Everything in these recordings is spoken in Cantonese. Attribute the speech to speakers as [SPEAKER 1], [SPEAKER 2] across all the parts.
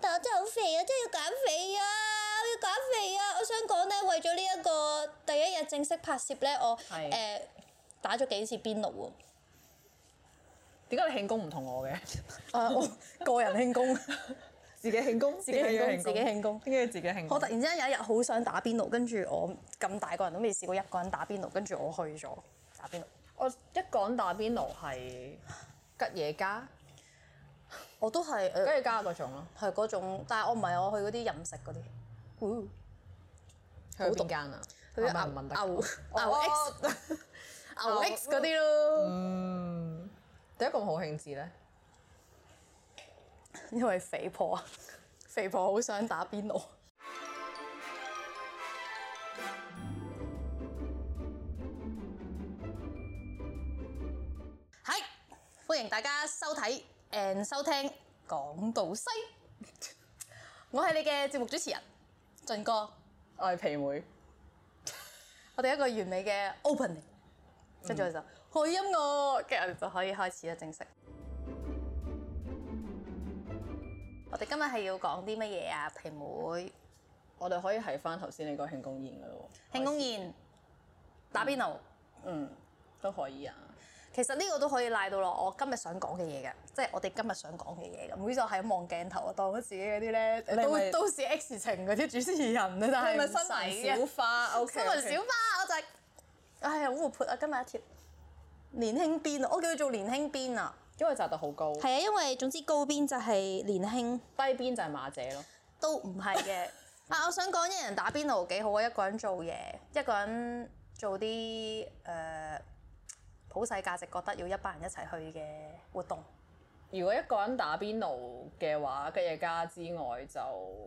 [SPEAKER 1] 但我真係好肥啊，真係要減肥啊！我要減肥啊！我想講咧，為咗呢一個第一日正式拍攝咧，我
[SPEAKER 2] 係
[SPEAKER 1] 誒、呃打咗幾次邊爐喎。
[SPEAKER 2] 點解你慶功唔同我嘅？
[SPEAKER 3] 啊，我 個人慶功，
[SPEAKER 2] 自己慶功，自
[SPEAKER 3] 己慶功自己慶功
[SPEAKER 2] 應該自己慶功。
[SPEAKER 3] 我突然之間有一日好想打邊爐，跟住我咁大個人都未試過一個人打邊爐，跟住我去咗打邊爐。
[SPEAKER 2] 我一講打邊爐係吉野家，
[SPEAKER 3] 我都係
[SPEAKER 2] 吉
[SPEAKER 3] 誒
[SPEAKER 2] 野家嗰種咯。
[SPEAKER 3] 係嗰種，但係我唔係我去嗰啲飲食嗰啲，哦
[SPEAKER 2] 去邊間啊？
[SPEAKER 3] 去
[SPEAKER 2] 我
[SPEAKER 3] 啲
[SPEAKER 2] 問唔問得？
[SPEAKER 3] 牛牛
[SPEAKER 2] 哦
[SPEAKER 3] X 牛 X 嗰啲咯，
[SPEAKER 2] 嗯點解咁好興致咧？
[SPEAKER 3] 因為肥婆啊，肥婆好想打邊爐。係，歡迎大家收睇 and 收聽港島西，我係你嘅節目主持人俊哥，
[SPEAKER 2] 我係皮妹，
[SPEAKER 3] 我哋一個完美嘅 opening，跟住我
[SPEAKER 2] 嗯
[SPEAKER 3] 哋就好音樂，跟住我哋就可以開始啦正式。我哋今日係要講啲乜嘢啊？皮妹
[SPEAKER 2] 我哋可以係翻頭先你個慶功宴噶咯喎。
[SPEAKER 3] 慶功宴打邊爐。
[SPEAKER 2] 都可以啊。
[SPEAKER 3] 其實呢個都可以賴到落我今日想講嘅嘢嘅，即係我哋今日想講嘅嘢嘅。唔好意思，我係咁望鏡頭，我當咗自己嗰啲咧
[SPEAKER 2] 你係
[SPEAKER 3] 都
[SPEAKER 2] 咪
[SPEAKER 3] 都市 X 情嗰啲主持人啊，但係
[SPEAKER 2] 係
[SPEAKER 3] 唔
[SPEAKER 2] 咪
[SPEAKER 3] 使
[SPEAKER 2] 新
[SPEAKER 3] 嘅
[SPEAKER 2] 聞小花？O
[SPEAKER 3] 新
[SPEAKER 2] K，
[SPEAKER 3] 聞小花，我就係唉好活潑啊！今日一條年輕邊啊，我叫佢做年輕邊啊。
[SPEAKER 2] 因為扎得好高，低
[SPEAKER 1] 係啊，因為總之高邊就係年輕，
[SPEAKER 2] 邊就係馬姐咯。
[SPEAKER 3] 都唔係 嘅。啊，我想講一人打邊爐幾好啊，一個人做嘢，一個人做啲誒、呃普世價值覺得要一班人一齊去嘅活動。
[SPEAKER 2] 如果一個人打邊爐嘅話，吉野家之外就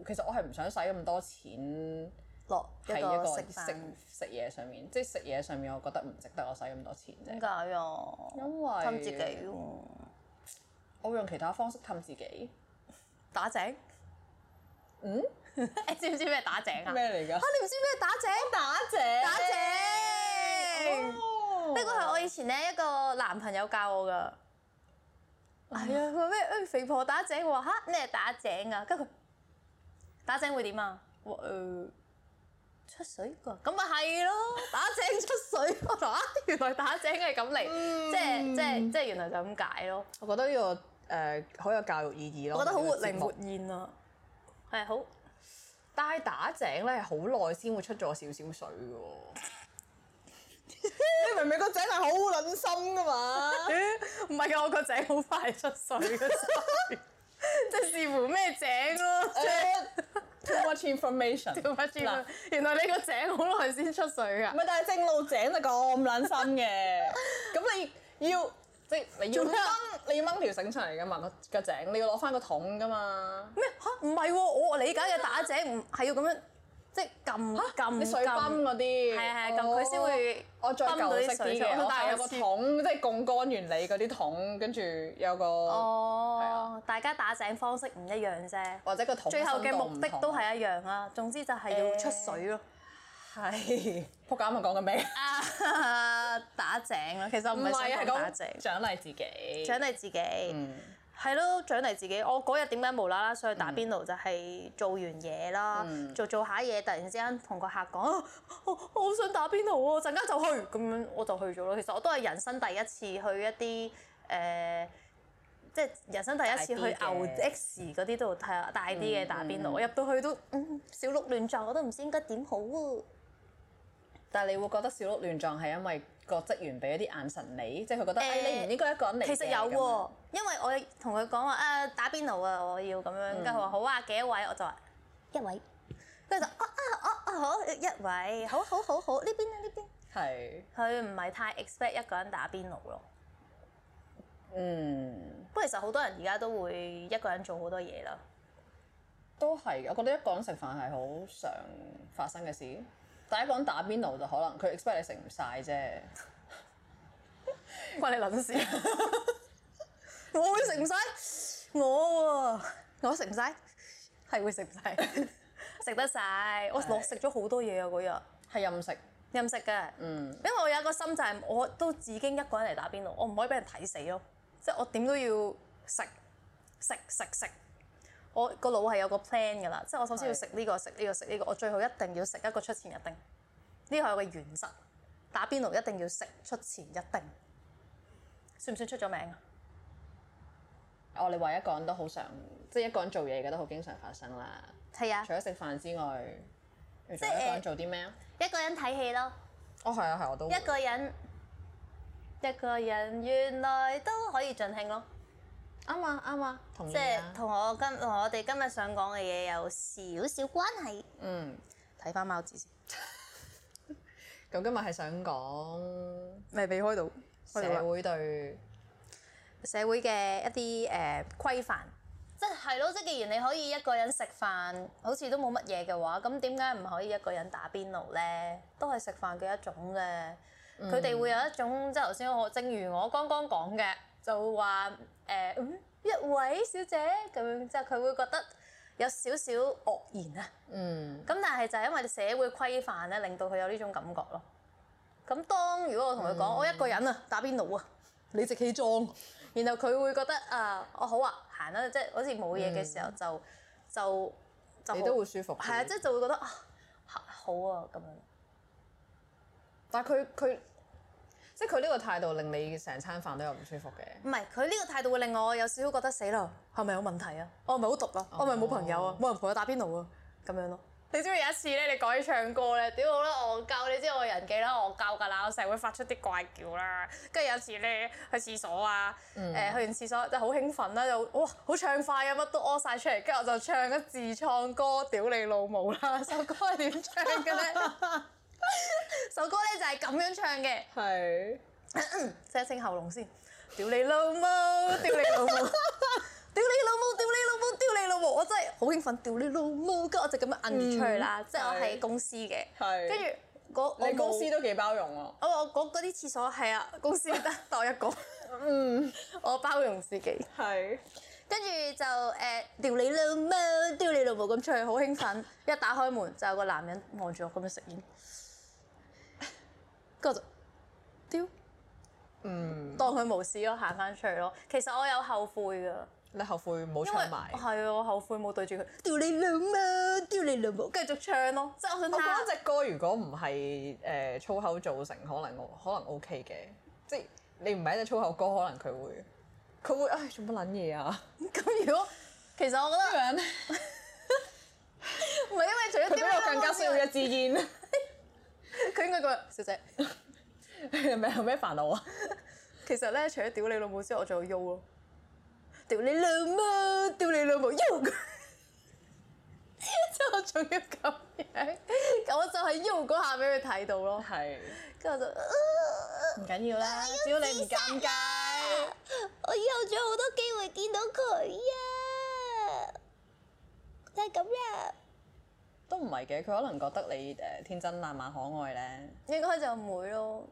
[SPEAKER 2] 其實我係唔想使咁多錢
[SPEAKER 3] 落一個
[SPEAKER 2] 喺一
[SPEAKER 3] 食
[SPEAKER 2] 個食
[SPEAKER 3] 飯，
[SPEAKER 2] 食嘢上面，即係食嘢上面，我覺得唔值得我使咁多錢
[SPEAKER 3] 點
[SPEAKER 2] 啫。
[SPEAKER 3] 解啊？
[SPEAKER 2] 因為
[SPEAKER 3] 氹自己喎，
[SPEAKER 2] 我會用其他方式氹自己。
[SPEAKER 3] 打井。
[SPEAKER 2] 嗯？
[SPEAKER 3] 你知唔知咩打井啊？
[SPEAKER 2] 咩嚟㗎
[SPEAKER 3] 啊！你唔知咩打井？ 打井，打井。
[SPEAKER 2] 哦
[SPEAKER 3] 呢個係我以前咧一個男朋友教我噶。係啊，佢話咩？誒肥婆打井，我話吓，你係打井啊？跟住佢打井會點啊？我話誒出水㗎，咁咪係咯，打 井出水。我話啊原來打井係咁嚟，即係即係即係原來就咁解咯。
[SPEAKER 2] 我覺得呢、個誒好、有教育意義咯。
[SPEAKER 3] 我覺得好活
[SPEAKER 2] 呢
[SPEAKER 3] 靈
[SPEAKER 2] 個節目
[SPEAKER 3] 活現啊，係好。
[SPEAKER 2] 但係打井咧，好耐先會出咗少少水嘅喎。 你明唔明個井係好撚深噶 嘛？
[SPEAKER 3] 唔係㗎，我個井好快出 水嘅，即係視乎咩井咯。
[SPEAKER 2] Too much information。
[SPEAKER 3] 跳不住啦！啊原來你個井好耐先出水㗎
[SPEAKER 2] 唔。係，但係正路井就咁撚 深嘅，咁你要即係你要
[SPEAKER 3] 做
[SPEAKER 2] 掹
[SPEAKER 3] 咩啊，
[SPEAKER 2] 你要掹條繩出嚟噶嘛個個井，你要攞翻個桶噶嘛。
[SPEAKER 3] 咩嚇？唔係喎，我理解嘅打井唔係要咁樣，即係撳撳
[SPEAKER 2] 你水泵
[SPEAKER 3] 撳
[SPEAKER 2] 嗰啲，
[SPEAKER 3] 係啊係啊撳佢先會
[SPEAKER 2] 我再
[SPEAKER 3] 泵到
[SPEAKER 2] 舊
[SPEAKER 3] 啲
[SPEAKER 2] 式
[SPEAKER 3] 水
[SPEAKER 2] 啲
[SPEAKER 3] 出嚟
[SPEAKER 2] 嘅，我
[SPEAKER 3] 但係
[SPEAKER 2] 係有
[SPEAKER 3] 我
[SPEAKER 2] 個
[SPEAKER 3] 切
[SPEAKER 2] 桶，即係槓桿原理嗰啲桶，跟住有個、係
[SPEAKER 3] 哦
[SPEAKER 2] 啊，
[SPEAKER 3] 大家打井方式唔一樣啫，
[SPEAKER 2] 或者個桶。
[SPEAKER 3] 最後嘅目的都。係一樣啦。總之就係要出水咯。
[SPEAKER 2] 係，仆街啱啱講緊咩？
[SPEAKER 3] 啊， 打井啦，其實我唔
[SPEAKER 2] 唔
[SPEAKER 3] 係
[SPEAKER 2] 係啊，
[SPEAKER 3] 想
[SPEAKER 2] 係
[SPEAKER 3] 講打
[SPEAKER 2] 講
[SPEAKER 3] 井，
[SPEAKER 2] 獎勵自己。
[SPEAKER 3] 獎勵自己。係咯，獎勵自己。我嗰日點解無啦啦想去
[SPEAKER 2] 嗯
[SPEAKER 3] 打邊爐？就係做完嘢啦，做做下嘢，突然之間同個客講、啊，我我好想打邊爐喎，陣間就去，咁樣我就去咗咯。其實我都係人生第一次去一啲誒、呃即係人生第一次去
[SPEAKER 2] 大啲
[SPEAKER 3] 牛
[SPEAKER 2] 嘅嗯
[SPEAKER 3] X 嗰啲度睇下大啲嘅打邊爐。我入到去都嗯小鹿亂撞，我都唔知應該點好喎。
[SPEAKER 2] 但係你會覺得小鹿亂撞係因為個職員俾一啲眼神你，即係佢覺得誒、
[SPEAKER 3] 誒
[SPEAKER 2] 哎你唔應該一個人嚟嘅。
[SPEAKER 3] 其實有
[SPEAKER 2] 咁樣
[SPEAKER 3] 喎，因為我同佢講話啊打邊爐啊，我要咁樣，跟住佢話好啊，幾多位？我就話一位，跟住就啊啊啊啊好一位，好好好好呢邊啊呢邊。
[SPEAKER 2] 係，
[SPEAKER 3] 佢唔係太 expect 一個人打邊爐咯，
[SPEAKER 2] 嗯，
[SPEAKER 3] 不過其實好多人而家都會一個人做好多嘢啦。
[SPEAKER 2] 都係嘅。我覺得一個人食飯係好常發生嘅事，但係一個人打邊爐就可能佢 expect 你食唔晒啫。
[SPEAKER 3] 關你撚事？ 我會食唔晒，我喎，我食唔晒，係會食唔晒， 食得晒。我落食咗好多嘢啊嗰日。
[SPEAKER 2] 係任食，
[SPEAKER 3] 任食嘅，嗯，因為我有一個心就係我都已經一個人嚟打邊爐，我唔可以俾人睇死咯，即係我點都要食食食食，我個腦係有個 plan 㗎啦，即係我首先要
[SPEAKER 2] 係
[SPEAKER 3] 食呢個食呢個食呢個，我最後一定要食一個出前一定，呢個係我嘅原則。打邊爐一定要食出前一定，算唔算出咗名啊？
[SPEAKER 2] 我哋話一個人都好常，即係一個人做嘢嘅都好經常發生啦。
[SPEAKER 3] 係啊
[SPEAKER 2] 除，咗食飯之外，你仲
[SPEAKER 3] 即係
[SPEAKER 2] 有一個
[SPEAKER 3] 呃
[SPEAKER 2] 人做啲咩啊？
[SPEAKER 3] 一個人睇戲咯。
[SPEAKER 2] 哦，係啊，係我都會
[SPEAKER 3] 一個人一個人原來都可以盡興咯，
[SPEAKER 2] 啱啊啱啊，同意
[SPEAKER 3] 即係
[SPEAKER 2] 啊。
[SPEAKER 3] 同我今同我哋今日想講嘅嘢有少少關係。
[SPEAKER 2] 嗯，
[SPEAKER 3] 睇翻貓子先，
[SPEAKER 2] 咁今日係想講
[SPEAKER 3] 未避開到
[SPEAKER 2] 社會對
[SPEAKER 3] 社會嘅一啲誒、呃、規範，即係係咯，即係既然你可以一個人食飯，好似都冇乜嘢嘅話，咁點解唔可以一個人打邊爐咧？都係食飯嘅一種嘅，佢哋、會有一種即係頭先我正如我剛剛講嘅，就話誒、呃嗯一位小姐咁樣，即係佢會覺得有少少愕然啊。
[SPEAKER 2] 嗯
[SPEAKER 3] 咁但係就係因為社會規範咧，令到佢有呢種感覺咯。咁當如果我同佢
[SPEAKER 2] 嗯
[SPEAKER 3] 講，我一個人啊，打邊爐啊，你直起裝，然後佢會覺得啊，我好啊，行啦，即係好似冇嘢嘅時候就就就
[SPEAKER 2] 嗯你
[SPEAKER 3] 好
[SPEAKER 2] 都會舒服啲。
[SPEAKER 3] 係啊，即係就會覺得啊好好啊咁樣。
[SPEAKER 2] 但係佢佢即係佢呢個態度令你成餐飯都有唔舒服嘅。
[SPEAKER 3] 唔係佢呢個態度會令我有少少覺得死啦，係咪有問題啊？我係咪好毒啊？我係咪冇朋友啊？冇人陪我打邊爐啊？咁樣咯。你知唔知有一次咧？你講起唱歌咧，屌好啦，我教你知我人幾啦，我教㗎啦，我成日會發出啲怪叫啦。跟住有一次咧去廁所啊，誒、去完廁所就好興奮啦，就哇好暢快啊，乜都屙晒出嚟，跟住我就唱咗自創歌《屌你老母》啦。首歌係點唱嘅咧？ 首歌咧就係咁樣唱嘅。
[SPEAKER 2] 係。
[SPEAKER 3] 清一清喉嚨先。屌你老母！屌你 老母！屌你老母！屌你老母！屌你老母！我真係好興奮！屌你老母！跟住我就咁樣摁住出去啦，即係我喺公司嘅。
[SPEAKER 2] 嗯係
[SPEAKER 3] 跟住嗰我
[SPEAKER 2] 你公司
[SPEAKER 3] 冇
[SPEAKER 2] 都幾包容啊！
[SPEAKER 3] 我我嗰嗰啲廁所係啊，公司得得我一 個。嗯，我包容自己。
[SPEAKER 2] 係。
[SPEAKER 3] 跟住就誒屌你老母，屌你老母咁出去，好興奮。 一打開門就有個男人望住我咁樣食煙， 跟住我就屌，
[SPEAKER 2] 嗯，
[SPEAKER 3] 當佢無事咯，行翻出去咯。其實我有後悔㗎，
[SPEAKER 2] 你後悔冇
[SPEAKER 3] 因為
[SPEAKER 2] 唱埋。
[SPEAKER 3] 係啊，我後悔冇對住佢屌你老母，屌你老母，繼續唱咯。即係我想
[SPEAKER 2] 我覺
[SPEAKER 3] 睇
[SPEAKER 2] 得只歌如果唔係誒粗口造成，可能我可能 OK 嘅，即係你唔係一隻粗口歌，可能佢會佢會唉做乜撚嘢 啊？
[SPEAKER 3] 咁如果其實我覺得
[SPEAKER 2] 樣
[SPEAKER 3] 唔係因為除咗
[SPEAKER 2] 佢比
[SPEAKER 3] 屌你
[SPEAKER 2] 我
[SPEAKER 3] 老
[SPEAKER 2] 更加
[SPEAKER 3] 母
[SPEAKER 2] 需
[SPEAKER 3] 之
[SPEAKER 2] 要
[SPEAKER 3] 外，
[SPEAKER 2] 一支煙。
[SPEAKER 3] 佢應該講小姐。
[SPEAKER 2] 你咪 有咩煩惱啊？
[SPEAKER 3] 其實咧，除咗屌你老母之外，我仲有 U 咯。屌你老母，屌你老母 U。之後仲要咁樣，我就係 U 嗰下俾佢睇到咯。
[SPEAKER 2] 係
[SPEAKER 3] 跟住我就，啊哎
[SPEAKER 2] 唔緊要啦，只 要你唔尷尬。
[SPEAKER 1] 我以後仲有好多機會見到佢啊！就係咁啦，
[SPEAKER 2] 都唔係嘅，佢可能覺得你誒天真爛漫可愛咧。
[SPEAKER 3] 應該就唔會咯。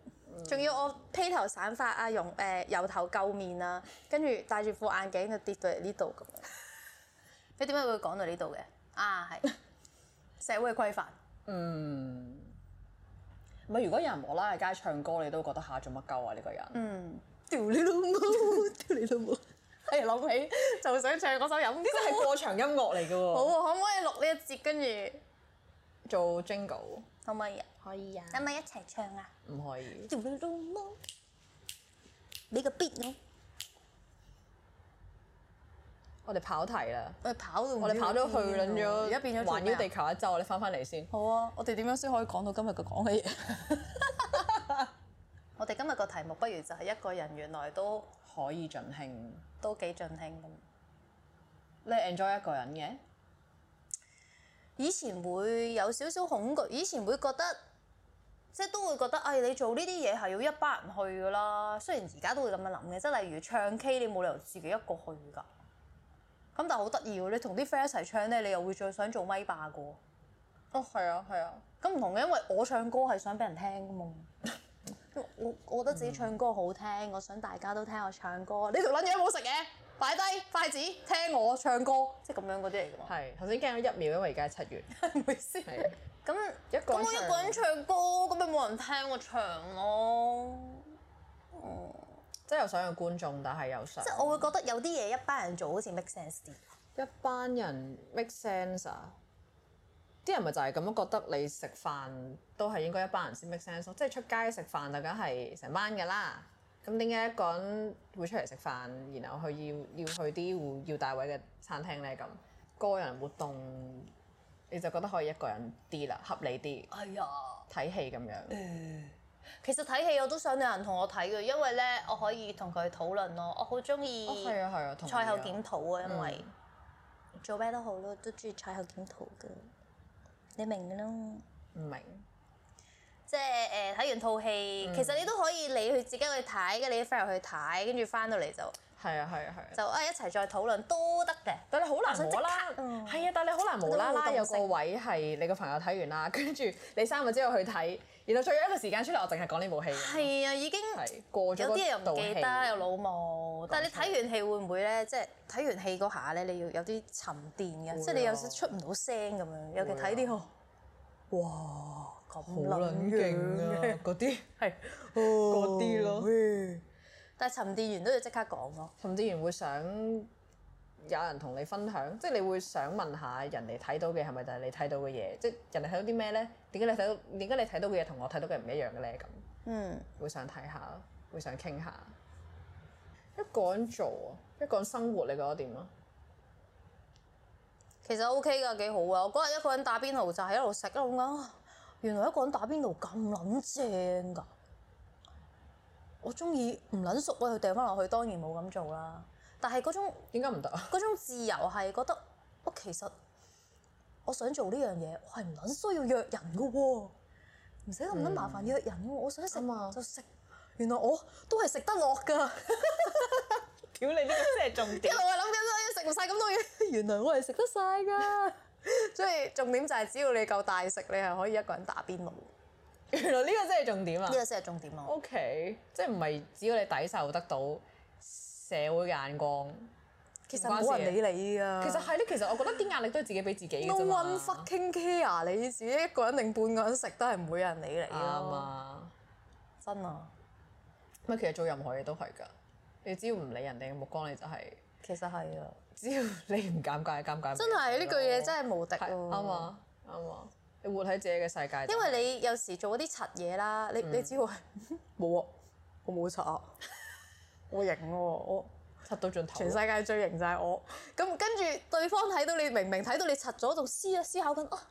[SPEAKER 3] 仲要我披頭散髮啊，用誒油頭垢面啊，跟住戴住副眼鏡就跌到嚟呢度咁樣。 你點解會講到呢度嘅？啊，係社會規範。
[SPEAKER 2] 嗯，唔係如果有人無啦啦喺街唱歌，你都覺得嚇做乜鳩啊呢個人？
[SPEAKER 3] 嗯，屌你老母， 屌你老母，係哎諗起就想唱嗰首飲
[SPEAKER 2] 呢個係過場音樂嚟嘅
[SPEAKER 3] 好
[SPEAKER 2] 喎，
[SPEAKER 3] 啊，可唔可以錄呢一節跟住
[SPEAKER 2] 做 jingle
[SPEAKER 3] 可唔可以啊？
[SPEAKER 1] 可以啊
[SPEAKER 3] 可唔可以一齊唱啊？
[SPEAKER 2] 唔可以。
[SPEAKER 1] 屌你老母，俾個 beat 我，
[SPEAKER 2] 我哋跑題啦，
[SPEAKER 3] 我哋跑到
[SPEAKER 2] 我哋跑咗去撚咗，
[SPEAKER 3] 而家變咗啊
[SPEAKER 2] 環繞地球一周，我哋翻返嚟先。
[SPEAKER 3] 好啊！我哋點樣先可以講到今日嘅講嘅嘢？ 我哋今日個題目不如就係一個人原來都
[SPEAKER 2] 可以盡興，
[SPEAKER 3] 都幾盡興咁。
[SPEAKER 2] 你 enjoy 一個人嘅，
[SPEAKER 3] 以前會有少少恐懼，以前會覺得即係都會覺得，哎，你做呢啲嘢係要一班人去噶啦。雖然而家都會咁樣諗嘅，即係例如唱 K，你冇理由自己一個去㗎。咁但係好得意喎，你同啲 friend 一齊唱咧，你又會最想做咪霸噶喎。
[SPEAKER 2] 哦係啊係啊，
[SPEAKER 3] 咁唔同嘅，因為我唱歌係想俾人聽㗎嘛。因為我我覺得自己唱歌好聽，我想大家都聽我唱歌。你條撚嘢都冇食嘢，擺低筷子聽我唱歌，即係咁樣嗰啲嚟㗎嘛。
[SPEAKER 2] 係頭先驚咗一秒，因為而家係七月，
[SPEAKER 3] 係咪先？
[SPEAKER 2] 係
[SPEAKER 3] 咁
[SPEAKER 2] 一個
[SPEAKER 3] 咁
[SPEAKER 2] 人
[SPEAKER 3] 我一個人唱歌，咁咪冇人聽我唱咯。
[SPEAKER 2] 即係又想有觀眾，但係又想
[SPEAKER 3] 即係我會覺得有啲嘢一班人做好似 make sense 啲。
[SPEAKER 2] 一班人 make sense 啊！啲人咪就係咁樣覺得你食飯都係應該一班人先 make sense 咯，即係出街食飯就梗係成班㗎啦。咁點解一個人會出嚟食飯，然後去要要去啲要大位嘅餐廳咧？咁個人活動你就覺得可以一個人啲啦，合理啲
[SPEAKER 3] 哎呀，
[SPEAKER 2] 睇戲咁樣。
[SPEAKER 3] 其實睇戲我都想有人同我睇嘅，因為咧我可以同佢討論咯。我好中意
[SPEAKER 2] 哦，係啊，係啊，同意啊
[SPEAKER 3] 賽後檢討啊，因為
[SPEAKER 1] 嗯做咩都好咯，都中意賽後檢討嘅，你明嘅咯。
[SPEAKER 2] 唔嗯明
[SPEAKER 3] 即係誒睇完套戲，
[SPEAKER 1] 嗯
[SPEAKER 3] 其實你都可以你去自己去睇，跟住你啲 friend 去睇，跟住翻到嚟就
[SPEAKER 2] 係啊，係啊，係啊。
[SPEAKER 3] 就啊一齊再討論都得嘅。
[SPEAKER 2] 但你好
[SPEAKER 3] 我想
[SPEAKER 2] 難
[SPEAKER 3] 即
[SPEAKER 2] 無啦
[SPEAKER 3] 刻，嗯
[SPEAKER 2] 係啊！但你好難無啦啦
[SPEAKER 3] 都冇動
[SPEAKER 2] 有
[SPEAKER 3] 性
[SPEAKER 2] 個位係你個朋友睇完啦，跟住 你三個之後去睇，然後再約一個時間出嚟，我淨係講呢部
[SPEAKER 1] 嗯
[SPEAKER 2] 戲嘅。
[SPEAKER 3] 係啊，已經
[SPEAKER 2] 係過咗
[SPEAKER 3] 有啲嘢又
[SPEAKER 2] 嗰
[SPEAKER 3] 唔
[SPEAKER 2] 道
[SPEAKER 3] 記
[SPEAKER 2] 戲
[SPEAKER 3] 得，又老母。但係你睇完戲會唔會咧？即係睇完戲嗰下咧，你要有啲沉澱
[SPEAKER 2] 啊
[SPEAKER 3] 嘅，即係你有時出唔到聲咁樣。尤其睇啲哦哇咁
[SPEAKER 2] 好
[SPEAKER 3] 撚
[SPEAKER 2] 撚
[SPEAKER 3] 樣
[SPEAKER 2] 勁
[SPEAKER 3] 嘅
[SPEAKER 2] 啊！，嗰啲
[SPEAKER 3] 係 Oh，
[SPEAKER 2] 嗰啲咯，
[SPEAKER 3] 但係沉澱完都要即刻講咯。
[SPEAKER 2] 甚至然會想有人同你分享，即係你會想問下人哋睇到嘅係咪就係你睇到嘅嘢？即係人哋睇到啲咩咧？點解你睇到點解你睇到嘅嘢同我睇到嘅唔一樣嘅咧？咁。
[SPEAKER 3] 嗯，
[SPEAKER 2] 會想睇下，會想傾下。一個人做，啊一個人生活，你覺得點啊？
[SPEAKER 3] 其實 OK 㗎，幾好啊！我嗰日一個人打邊爐就係一路食一路講，啊原來一個人打邊爐咁撚正㗎。我中意唔撚熟我佢掟翻落去，當然冇咁做啦。但係嗰種
[SPEAKER 2] 點解唔得啊？
[SPEAKER 3] 嗰種自由係覺得我其實我想做呢樣嘢，我係唔撚需要約人嘅喎，唔使咁撚麻煩約人喎，我想食
[SPEAKER 2] 啱嗯啊
[SPEAKER 3] 就食。原來我都係食得落 㗎，
[SPEAKER 2] 屌你呢個先係重
[SPEAKER 3] 一路係諗緊，哎食唔晒咁多嘢， 原來我係食得晒 㗎。所以重點就係只要你夠大食，你係可以一個人打邊爐，
[SPEAKER 2] 啊
[SPEAKER 3] 呢
[SPEAKER 2] 原來呢個先係重 點啊
[SPEAKER 3] 個先係重點咯。
[SPEAKER 2] ！O K，即係唔係只要你抵受得到社會嘅眼光，
[SPEAKER 3] 其實
[SPEAKER 2] 唔關事
[SPEAKER 3] 冇人理你㗎。
[SPEAKER 2] 其實係咧。其實我覺得啲壓力都係自己俾自己嘅
[SPEAKER 3] no
[SPEAKER 2] 啫嘛
[SPEAKER 3] one fucking care 你自己一個人定半個人食都係唔會有人理你
[SPEAKER 2] 啱
[SPEAKER 3] 咯。
[SPEAKER 2] 啊！
[SPEAKER 3] 真啊，
[SPEAKER 2] 咪其實做任何嘢都係㗎，你只要唔理人哋嘅目光，你就係、
[SPEAKER 3] 其實係啊。
[SPEAKER 2] 只要你唔尷尬，尷尬
[SPEAKER 3] 真係呢句嘢真係無敵
[SPEAKER 2] 係
[SPEAKER 3] 喎、
[SPEAKER 2] 啱！啊啱啊！你活喺自己嘅世界就係，
[SPEAKER 3] 因為你有時做嗰啲柒嘢啦，你、你只會嗯 冇啊，我冇柒 啊，我型喎、我
[SPEAKER 2] 插到盡頭。啊
[SPEAKER 3] 全世界最型就係我。啊咁跟住對方睇到你，明明睇到你柒咗，仲思啊思考緊啊，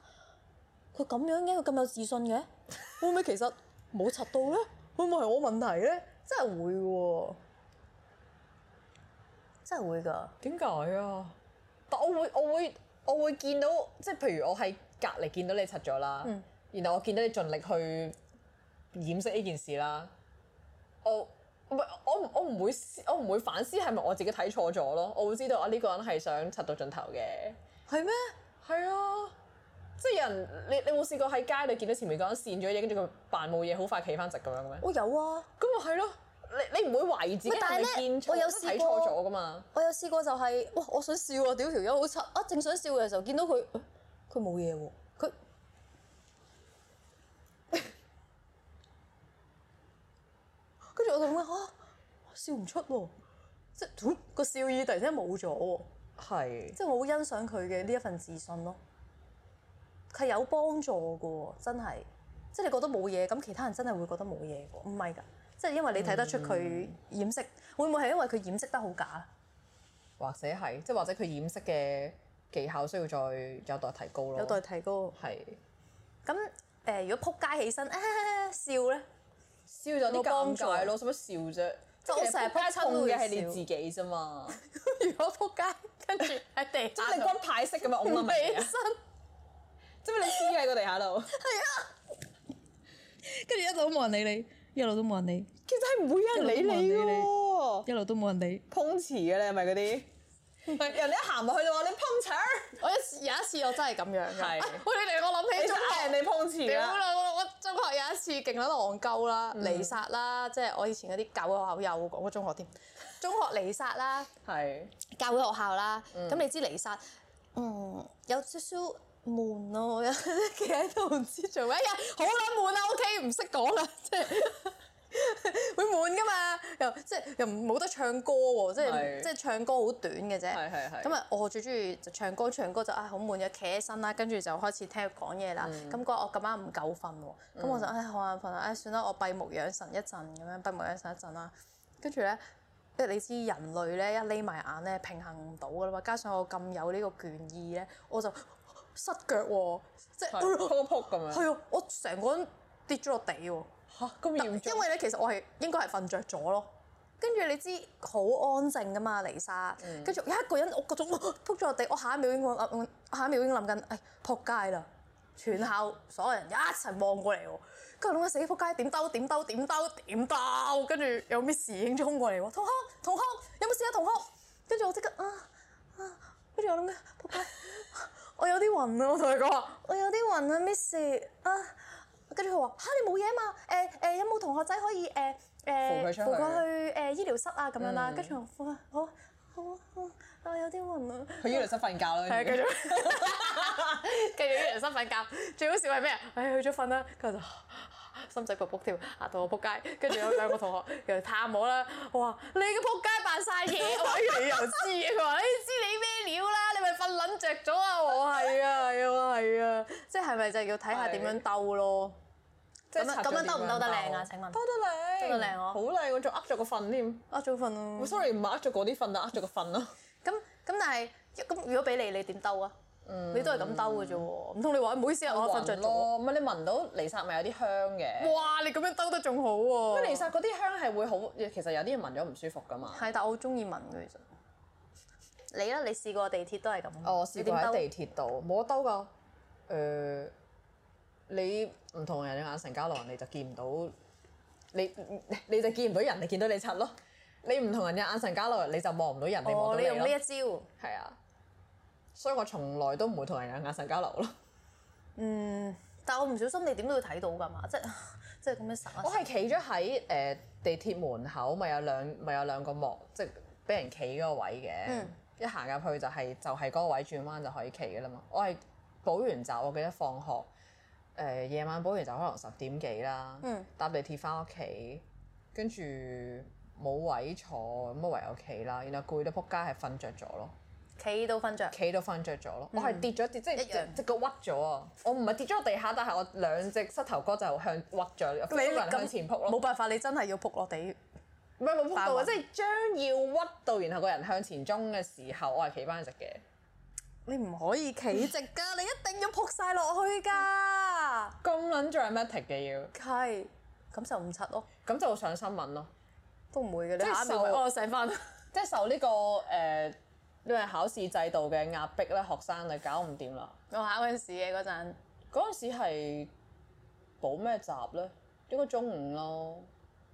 [SPEAKER 3] 佢咁樣嘅，佢咁有自信嘅，會唔會其實冇柒到咧？會唔會係我問題咧？真係會喎、真係會㗎。
[SPEAKER 2] 點解啊？但我會我會我會見到，即係譬如我喺隔離見到你柒咗啦，然後我見到你盡力去掩飾呢件事啦，我唔係我唔我唔會思我唔會反思係咪我自己睇錯咗咯，我會知道啊呢個人係想柒到盡頭嘅，
[SPEAKER 3] 係咩？
[SPEAKER 2] 係啊。即係有人，你你冇試過喺街度見到前面嗰人跣咗嘢，跟住佢扮冇嘢，好快企翻直咁樣嘅咩？
[SPEAKER 3] 我有啊。
[SPEAKER 2] 咁咪係咯，你你唔會懷疑自己
[SPEAKER 3] 咪但係
[SPEAKER 2] 係
[SPEAKER 3] 呢
[SPEAKER 2] 咪見錯
[SPEAKER 3] 我有
[SPEAKER 2] 睇
[SPEAKER 3] 試
[SPEAKER 2] 錯
[SPEAKER 3] 過
[SPEAKER 2] 咗噶嘛？
[SPEAKER 3] 我有試過就係、哇！我想笑啊，屌條友好柒啊！正想笑嘅時候見到佢，呃佢冇嘢喎，佢跟住我就諗緊嚇，笑唔出喎、即係噗個笑意突然之間冇咗喎，
[SPEAKER 2] 係。
[SPEAKER 3] 即係我好欣賞佢嘅呢一份自信咯，係有幫助嘅喎，真係，即係你覺得冇嘢，咁其他人真係會覺得冇嘢喎，唔係㗎，即係因為你睇得出佢掩飾，會唔會係因為佢掩飾得好假？
[SPEAKER 2] 或者係，即係或者佢掩飾嘅技巧需要再有待提高咯。
[SPEAKER 3] 有待提高。
[SPEAKER 2] 係
[SPEAKER 3] 咁誒、如果撲街起身啊笑咧，
[SPEAKER 2] 笑咗啲
[SPEAKER 3] 冇幫
[SPEAKER 2] 尷
[SPEAKER 3] 助
[SPEAKER 2] 尬咯，使乜笑啫？
[SPEAKER 3] 即係我成日
[SPEAKER 2] 其實仆街
[SPEAKER 3] 仆親都
[SPEAKER 2] 痛
[SPEAKER 3] 會
[SPEAKER 2] 嘅係你
[SPEAKER 3] 笑
[SPEAKER 2] 自己啫嘛，
[SPEAKER 3] 如果撲街跟住喺地
[SPEAKER 2] 即係你
[SPEAKER 3] 度
[SPEAKER 2] 軍牌式咁樣
[SPEAKER 3] 唔
[SPEAKER 2] 擁冧
[SPEAKER 3] 起
[SPEAKER 2] 人哋啊，
[SPEAKER 3] 身，
[SPEAKER 2] 即係你黐喺個地下度，
[SPEAKER 3] 跟住一路都冇人理你，一路都冇人理，
[SPEAKER 2] 其實係唔會有人理你
[SPEAKER 3] 一路都冇人理你
[SPEAKER 2] 喎。
[SPEAKER 3] 一路都冇人理。
[SPEAKER 2] 碰瓷嘅你係咪嗰啲？人哋一行落去就話你碰瓷兒，
[SPEAKER 3] 我有一次有一次我真係咁樣嘅，
[SPEAKER 2] 係
[SPEAKER 3] 啊 喂你哋我諗
[SPEAKER 2] 你
[SPEAKER 3] 起
[SPEAKER 2] 就
[SPEAKER 3] 中
[SPEAKER 2] 嗌
[SPEAKER 3] 學。
[SPEAKER 2] 人哋碰瓷
[SPEAKER 3] 屌
[SPEAKER 2] 啦。
[SPEAKER 3] 啦！我我中學有一次勁撚戇鳩啦，離殺啦，即係我以前嗰啲教會學校有講過中學添，中學離殺啦。
[SPEAKER 2] 係
[SPEAKER 3] 教會學校啦，咁、你知離殺，嗯，有少少悶咯，有企喺度唔知做乜嘢，好撚悶啊！屋企唔識講啦，即係 會悶噶嘛，又即係又唔冇得唱歌喎，即係
[SPEAKER 2] 係
[SPEAKER 3] 即係唱歌好短嘅啫。
[SPEAKER 2] 係係係
[SPEAKER 3] 咁啊，我最中意就唱歌，唱歌就啊好悶，就企起身啦，跟住就開始聽佢講嘢啦。
[SPEAKER 2] 嗯
[SPEAKER 3] 咁嗰日我咁啱唔夠瞓喎，咁我就唉好眼瞓啊，唉算啦，我閉目養神一陣咁樣，閉目養神一陣啦。跟住咧，即係你知人類咧一匿埋眼咧平衡唔到噶啦嘛，加上我咁有呢個倦意咧，我就失腳喎，即係
[SPEAKER 2] 係撲撲咁 樣。
[SPEAKER 3] 係啊，我成個人跌咗落地喎。
[SPEAKER 2] 嚇咁嚴重
[SPEAKER 3] 因。為咧，其實我係應該係瞓着咗咯。跟住你知好安靜噶嘛，離沙。
[SPEAKER 2] 嗯
[SPEAKER 3] 跟住、有一個人，我嗰種撲咗落地，我下一秒已經諗，下一秒已經諗緊，誒撲街啦！全校所有人一齊望過嚟喎，跟住我諗緊死撲街點兜點兜點兜點兜，跟住有 miss 已經衝過嚟喎，同學同學有冇事啊同學？跟住我即刻啊啊，跟住我諗緊撲街，我有啲暈啊！我同佢講話，我有啲暈啊，miss 啊！跟住佢話：吓，你冇嘢啊嘛？誒、誒、有冇同學仔可以誒
[SPEAKER 2] 扶
[SPEAKER 3] 誒
[SPEAKER 2] 佢出去
[SPEAKER 3] 扶佢去誒、醫療室啊咁樣啦？跟住我扶佢，好啊好啊好啊，我有啲暈啊。
[SPEAKER 2] 去醫療室瞓覺啦。
[SPEAKER 3] 係啊，繼 續 繼續一人身瞓覺。最好笑係咩啊？唉、去咗瞓啦，跟住就心仔卜卜跳，嚇到我仆街。跟住有兩個同學 又嚟探我啦，我話你嘅仆街扮晒 嘢，我話咦你又知嘅，佢話你知你咩料啦，你咪瞓撚着咗啊！我話係啊係啊係啊，即係咪就要睇下點樣兜咯？
[SPEAKER 2] 即係
[SPEAKER 3] 咁樣
[SPEAKER 2] 拆咗
[SPEAKER 3] 咁樣
[SPEAKER 2] 點
[SPEAKER 3] 兜唔兜得靚啊請問
[SPEAKER 2] 兜得靚，
[SPEAKER 3] 兜得靚哦
[SPEAKER 2] 好靚，我仲呃咗個瞓添。
[SPEAKER 3] 啊早瞓咯
[SPEAKER 2] 我。sorry 唔係呃咗嗰啲瞓啊，呃咗個瞓啦。
[SPEAKER 3] 咁咁但係咁如果俾你，你點兜啊？你都係咁兜嘅啫喎，唔通你話唔好意思啊，我瞓着
[SPEAKER 2] 暈
[SPEAKER 3] 咗。
[SPEAKER 2] 咯，唔係你聞到離散咪有啲香嘅。
[SPEAKER 3] 哇！你咁樣兜得仲好喎、
[SPEAKER 2] 咁離散嗰啲香係會好，其實有啲人聞咗唔舒服噶嘛。
[SPEAKER 3] 係，但我好中意聞嘅其實。你咧，你試過地鐵都係咁。
[SPEAKER 2] 哦我
[SPEAKER 3] 嗯你
[SPEAKER 2] 試過
[SPEAKER 3] 點兜
[SPEAKER 2] 喺地鐵度冇得兜噶。誒、你唔同人嘅眼神交流，你就見唔到你， 你就見唔到人，你見到你柒咯。你唔同人嘅眼神交流，你就望唔到人，你望
[SPEAKER 3] 哦，
[SPEAKER 2] 到
[SPEAKER 3] 你
[SPEAKER 2] 你
[SPEAKER 3] 用呢
[SPEAKER 2] 咯
[SPEAKER 3] 一。招。
[SPEAKER 2] 係啊，所以我從來都唔會同人有眼神交流咯。
[SPEAKER 3] 但我唔小心，你點都會睇到㗎嘛？即係 即係咁樣睄
[SPEAKER 2] 我
[SPEAKER 3] 一睄。
[SPEAKER 2] 係企咗喺誒地鐵門口，咪有兩咪有兩個幕，即係俾人企嗰個位嘅。
[SPEAKER 3] 嗯
[SPEAKER 2] 一行入去就係、就係、嗰個位轉彎就可以企嘅啦嘛。我係補完習，我記得放學誒、夜晚補完習可能十點幾啦，
[SPEAKER 3] 嗯
[SPEAKER 2] 搭地鐵翻屋企，跟住冇位坐，咁啊唯有企啦。然後攰到仆街，係瞓着咗咯。
[SPEAKER 3] 企到瞓着。
[SPEAKER 2] 企到瞓着咗咯，我係跌咗跌，即
[SPEAKER 3] 嗯一樣
[SPEAKER 2] 係隻腳屈咗啊！我唔係跌咗落地下，但係我兩隻膝頭哥就向屈咗，個人向前撲
[SPEAKER 3] 冇
[SPEAKER 2] 咯，
[SPEAKER 3] 辦法，你真係要撲落地。
[SPEAKER 2] 唔係冇撲到
[SPEAKER 3] 打
[SPEAKER 2] 啊！
[SPEAKER 3] 橫
[SPEAKER 2] 即係將要屈到，然後個人向前衝嘅時候，我係企翻直嘅。
[SPEAKER 3] 你唔可以 企直㗎，你一定要撲晒落去㗎。
[SPEAKER 2] 咁撚 dramatic 嘅要，
[SPEAKER 3] 係。咁就唔柒咯，
[SPEAKER 2] 咁就上新聞咯，
[SPEAKER 3] 都唔會嘅。你
[SPEAKER 2] 即係
[SPEAKER 3] 下一秒
[SPEAKER 2] 受
[SPEAKER 3] 哦醒翻。
[SPEAKER 2] 即係受呢、個誒呢個考試制度嘅壓迫咧，學生就搞唔掂啦。
[SPEAKER 3] 我考緊試嘅嗰陣，
[SPEAKER 2] 嗰陣時係補咩習咧？應該中午咯，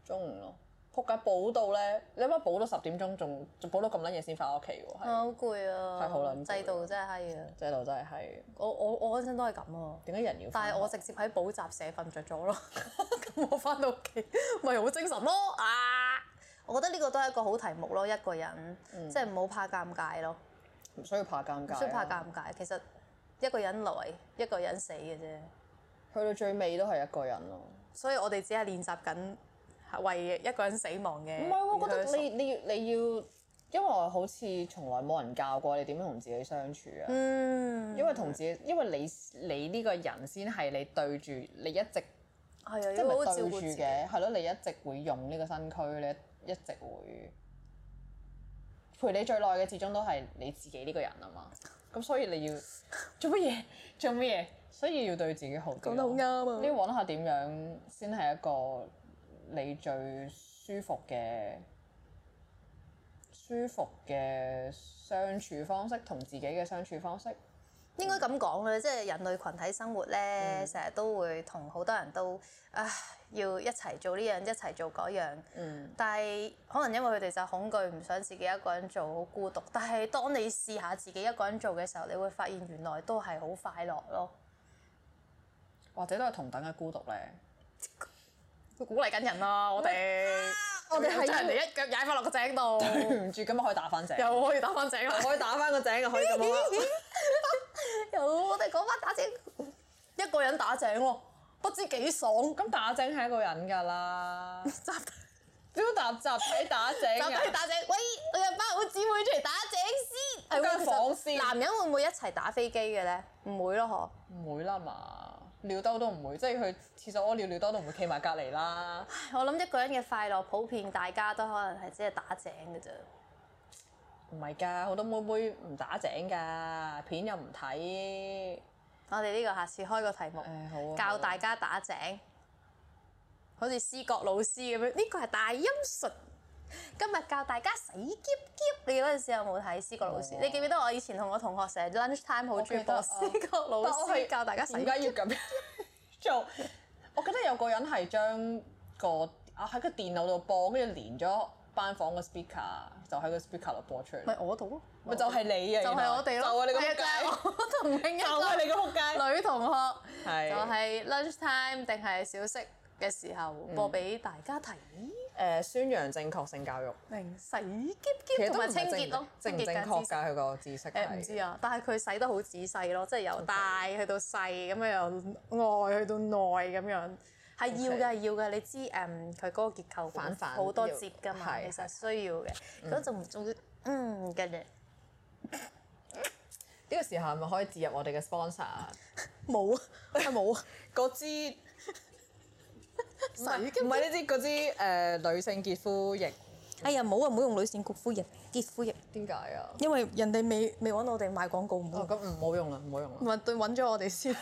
[SPEAKER 2] 中午咯。仆街補到咧，你諗下補到十點鐘，仲仲補到咁撚夜先翻屋企喎，
[SPEAKER 3] 我
[SPEAKER 2] 係
[SPEAKER 3] 好攰啊。
[SPEAKER 2] 係好撚攰
[SPEAKER 3] 制度真係閪啊！
[SPEAKER 2] 制度真係係
[SPEAKER 3] 我我我嗰陣都係咁啊。
[SPEAKER 2] 點解人要返學？
[SPEAKER 3] 但係我直接喺補習社瞓着咗咯， 咁我翻到屋企 咪好精神咯啊！我覺得呢個都係一個好題目咯，一個人、
[SPEAKER 2] 嗯
[SPEAKER 3] 即係唔好怕尷尬咯，
[SPEAKER 2] 唔需要怕尷尬，啊
[SPEAKER 3] 唔需要怕。尷尬。其實一個人來，一個人死嘅啫，
[SPEAKER 2] 去到最尾都係一個人咯。
[SPEAKER 3] 所以我哋只係練習緊為一個人死亡嘅。
[SPEAKER 2] 唔係喎，我覺得你你要你要，因為我好似從來冇人教過你點樣同自己相處啊。
[SPEAKER 3] 嗯
[SPEAKER 2] 因為同自己，因為你你呢個人先係你對住你一直
[SPEAKER 3] 係啊，
[SPEAKER 2] 即係
[SPEAKER 3] 要好好
[SPEAKER 2] 咪
[SPEAKER 3] 照
[SPEAKER 2] 對
[SPEAKER 3] 顧
[SPEAKER 2] 住
[SPEAKER 3] 自己。
[SPEAKER 2] 嘅，係咯，你一直會用呢個身軀咧，你一直會陪你最耐嘅，始終都係你自己呢個人啊嘛。咁所以你要做乜嘢？做乜嘢？所以要對自己好啲咯。
[SPEAKER 3] 講得好啱啊
[SPEAKER 2] 你要揾下點樣先係一個你最舒服嘅舒服嘅相處方式，同自己嘅相處方式。
[SPEAKER 3] 應該咁講啦，即係人類群體生活
[SPEAKER 2] 嗯
[SPEAKER 3] 咧，成日、都會同好多人都唉要一齊做呢樣，一齊做嗰樣。
[SPEAKER 2] 嗯，
[SPEAKER 3] 但係可能因為佢哋就恐懼，唔想自己一個人做，好孤獨。但係當你試下自己一個人做嘅時候，你會發現原來都係好快樂咯。
[SPEAKER 2] 或者都係同等嘅孤獨咧。
[SPEAKER 3] 佢鼓勵緊人啊！我哋
[SPEAKER 2] 我哋係
[SPEAKER 3] 將人哋一腳踩翻落個井度，
[SPEAKER 2] 唔住，咁嗯咪可以打翻井。啊
[SPEAKER 3] 又可以打翻井啊啦！
[SPEAKER 2] 可以打翻個井嘅，可以咁 樣。
[SPEAKER 3] 又我哋講翻打井，一個人打井喎、不知幾爽。
[SPEAKER 2] 咁打井係一個人㗎啦，
[SPEAKER 3] 集體
[SPEAKER 2] 點解搭集體打井
[SPEAKER 3] 集體
[SPEAKER 2] 啊？
[SPEAKER 3] 打井，喂，我有班好姊妹出嚟打井先。係喎
[SPEAKER 2] 間房
[SPEAKER 3] 其實
[SPEAKER 2] 先
[SPEAKER 3] 男人會唔會一齊打飛機嘅咧？唔會咯，
[SPEAKER 2] 唔會啦嘛，尿兜都唔會，即係去廁所屙尿尿兜都唔會企埋隔離啦。
[SPEAKER 3] 嗬。我諗一個人嘅快樂，普遍大家都可能係只係打井嘅啫。
[SPEAKER 2] 唔係㗎，好多妹妹唔打井㗎，片又唔睇。
[SPEAKER 3] 我哋呢個下次開個題目，
[SPEAKER 2] 誒好啊
[SPEAKER 3] 教大家打井，好似思覺老師咁樣。呢個係大音術。今日教大家洗篋篋，你嗰陣時有冇睇思覺老師？
[SPEAKER 2] 冇啊
[SPEAKER 3] 你記唔記得我以前同我同學成日 lunch time 好中意播
[SPEAKER 2] 我
[SPEAKER 3] 思
[SPEAKER 2] 記哦
[SPEAKER 3] 覺老
[SPEAKER 2] 但我係
[SPEAKER 3] 師教大家洗
[SPEAKER 2] 點
[SPEAKER 3] 篋
[SPEAKER 2] 解要咁樣 做？我記得有個人係將個啊喺個電腦度播，跟住連咗班房個 speaker，就喺個 speaker 度播出嚟。
[SPEAKER 3] 咪我度咯，
[SPEAKER 2] 咪就係你啊！
[SPEAKER 3] 就係我哋咯，
[SPEAKER 2] 就係你個
[SPEAKER 3] 係啊
[SPEAKER 2] 仆街，
[SPEAKER 3] 就係我同另一
[SPEAKER 2] 就係你
[SPEAKER 3] 個
[SPEAKER 2] 個仆街。
[SPEAKER 3] 女同學，
[SPEAKER 2] 係
[SPEAKER 3] 就係 lunch time 定係小息嘅時候播俾大家睇，
[SPEAKER 2] 誒宣揚正確性教育，
[SPEAKER 3] 明洗篋篋同埋清潔咯，
[SPEAKER 2] 正唔
[SPEAKER 3] 清
[SPEAKER 2] 正
[SPEAKER 3] 潔
[SPEAKER 2] 確
[SPEAKER 3] 間知識
[SPEAKER 2] 㗎佢個知識
[SPEAKER 3] 誒唔知
[SPEAKER 2] 啊，
[SPEAKER 3] 啊，但係佢洗得好仔細咯，即係由大去到細，咁樣由外去到內咁樣，係要
[SPEAKER 2] OK
[SPEAKER 3] 嘅係要嘅。你知誒佢嗰個結構
[SPEAKER 2] 反反
[SPEAKER 3] 好多
[SPEAKER 2] 要
[SPEAKER 3] 節㗎嘛，
[SPEAKER 2] 係
[SPEAKER 3] 其實需要嘅。咁仲仲要嗯嘅咧，
[SPEAKER 2] 呢個時候係咪可以置入我哋嘅 sponsor？
[SPEAKER 3] 冇 啊，係冇啊，
[SPEAKER 2] 嗰支
[SPEAKER 3] 洗
[SPEAKER 2] 唔係呢支嗰支誒女性潔膚液，
[SPEAKER 3] 哎呀，冇啊，唔好用女性潔膚液，潔膚液，
[SPEAKER 2] 點解啊？
[SPEAKER 3] 因為人哋未未揾我哋賣廣告，唔
[SPEAKER 2] 哦，
[SPEAKER 3] 好
[SPEAKER 2] 咁唔好用啦，唔好用啦。
[SPEAKER 3] 揾對揾咗我哋先。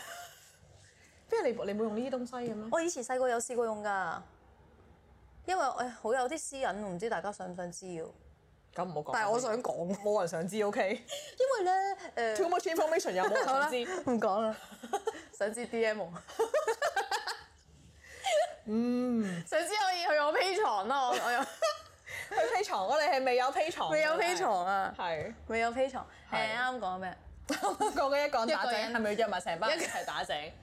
[SPEAKER 2] 邊你你冇用呢啲東西嘅咩？
[SPEAKER 3] 我以前細個有試過用㗎，因為誒好有啲私隱，唔知大家想唔想知喎？
[SPEAKER 2] 咁唔好講。
[SPEAKER 3] 但係我想講，
[SPEAKER 2] 冇人想知，OK。
[SPEAKER 3] 因為咧誒。
[SPEAKER 2] Too much information 又冇 人想知。
[SPEAKER 3] 唔講 啦，想知 D M 我。 嗯，想知可以去我 P 床啦，我 我有
[SPEAKER 2] 去 P 床，我哋係未有 P 床。
[SPEAKER 3] 未有 P 床啊？
[SPEAKER 2] 係。
[SPEAKER 3] 未有 P 床。
[SPEAKER 2] 係
[SPEAKER 3] 誒啱講咩？
[SPEAKER 2] 係。講嘅一個人打
[SPEAKER 3] 一個
[SPEAKER 2] 井，
[SPEAKER 3] 人
[SPEAKER 2] 係咪要約埋成班人
[SPEAKER 3] 一
[SPEAKER 2] 一
[SPEAKER 3] 個
[SPEAKER 2] 齊打井？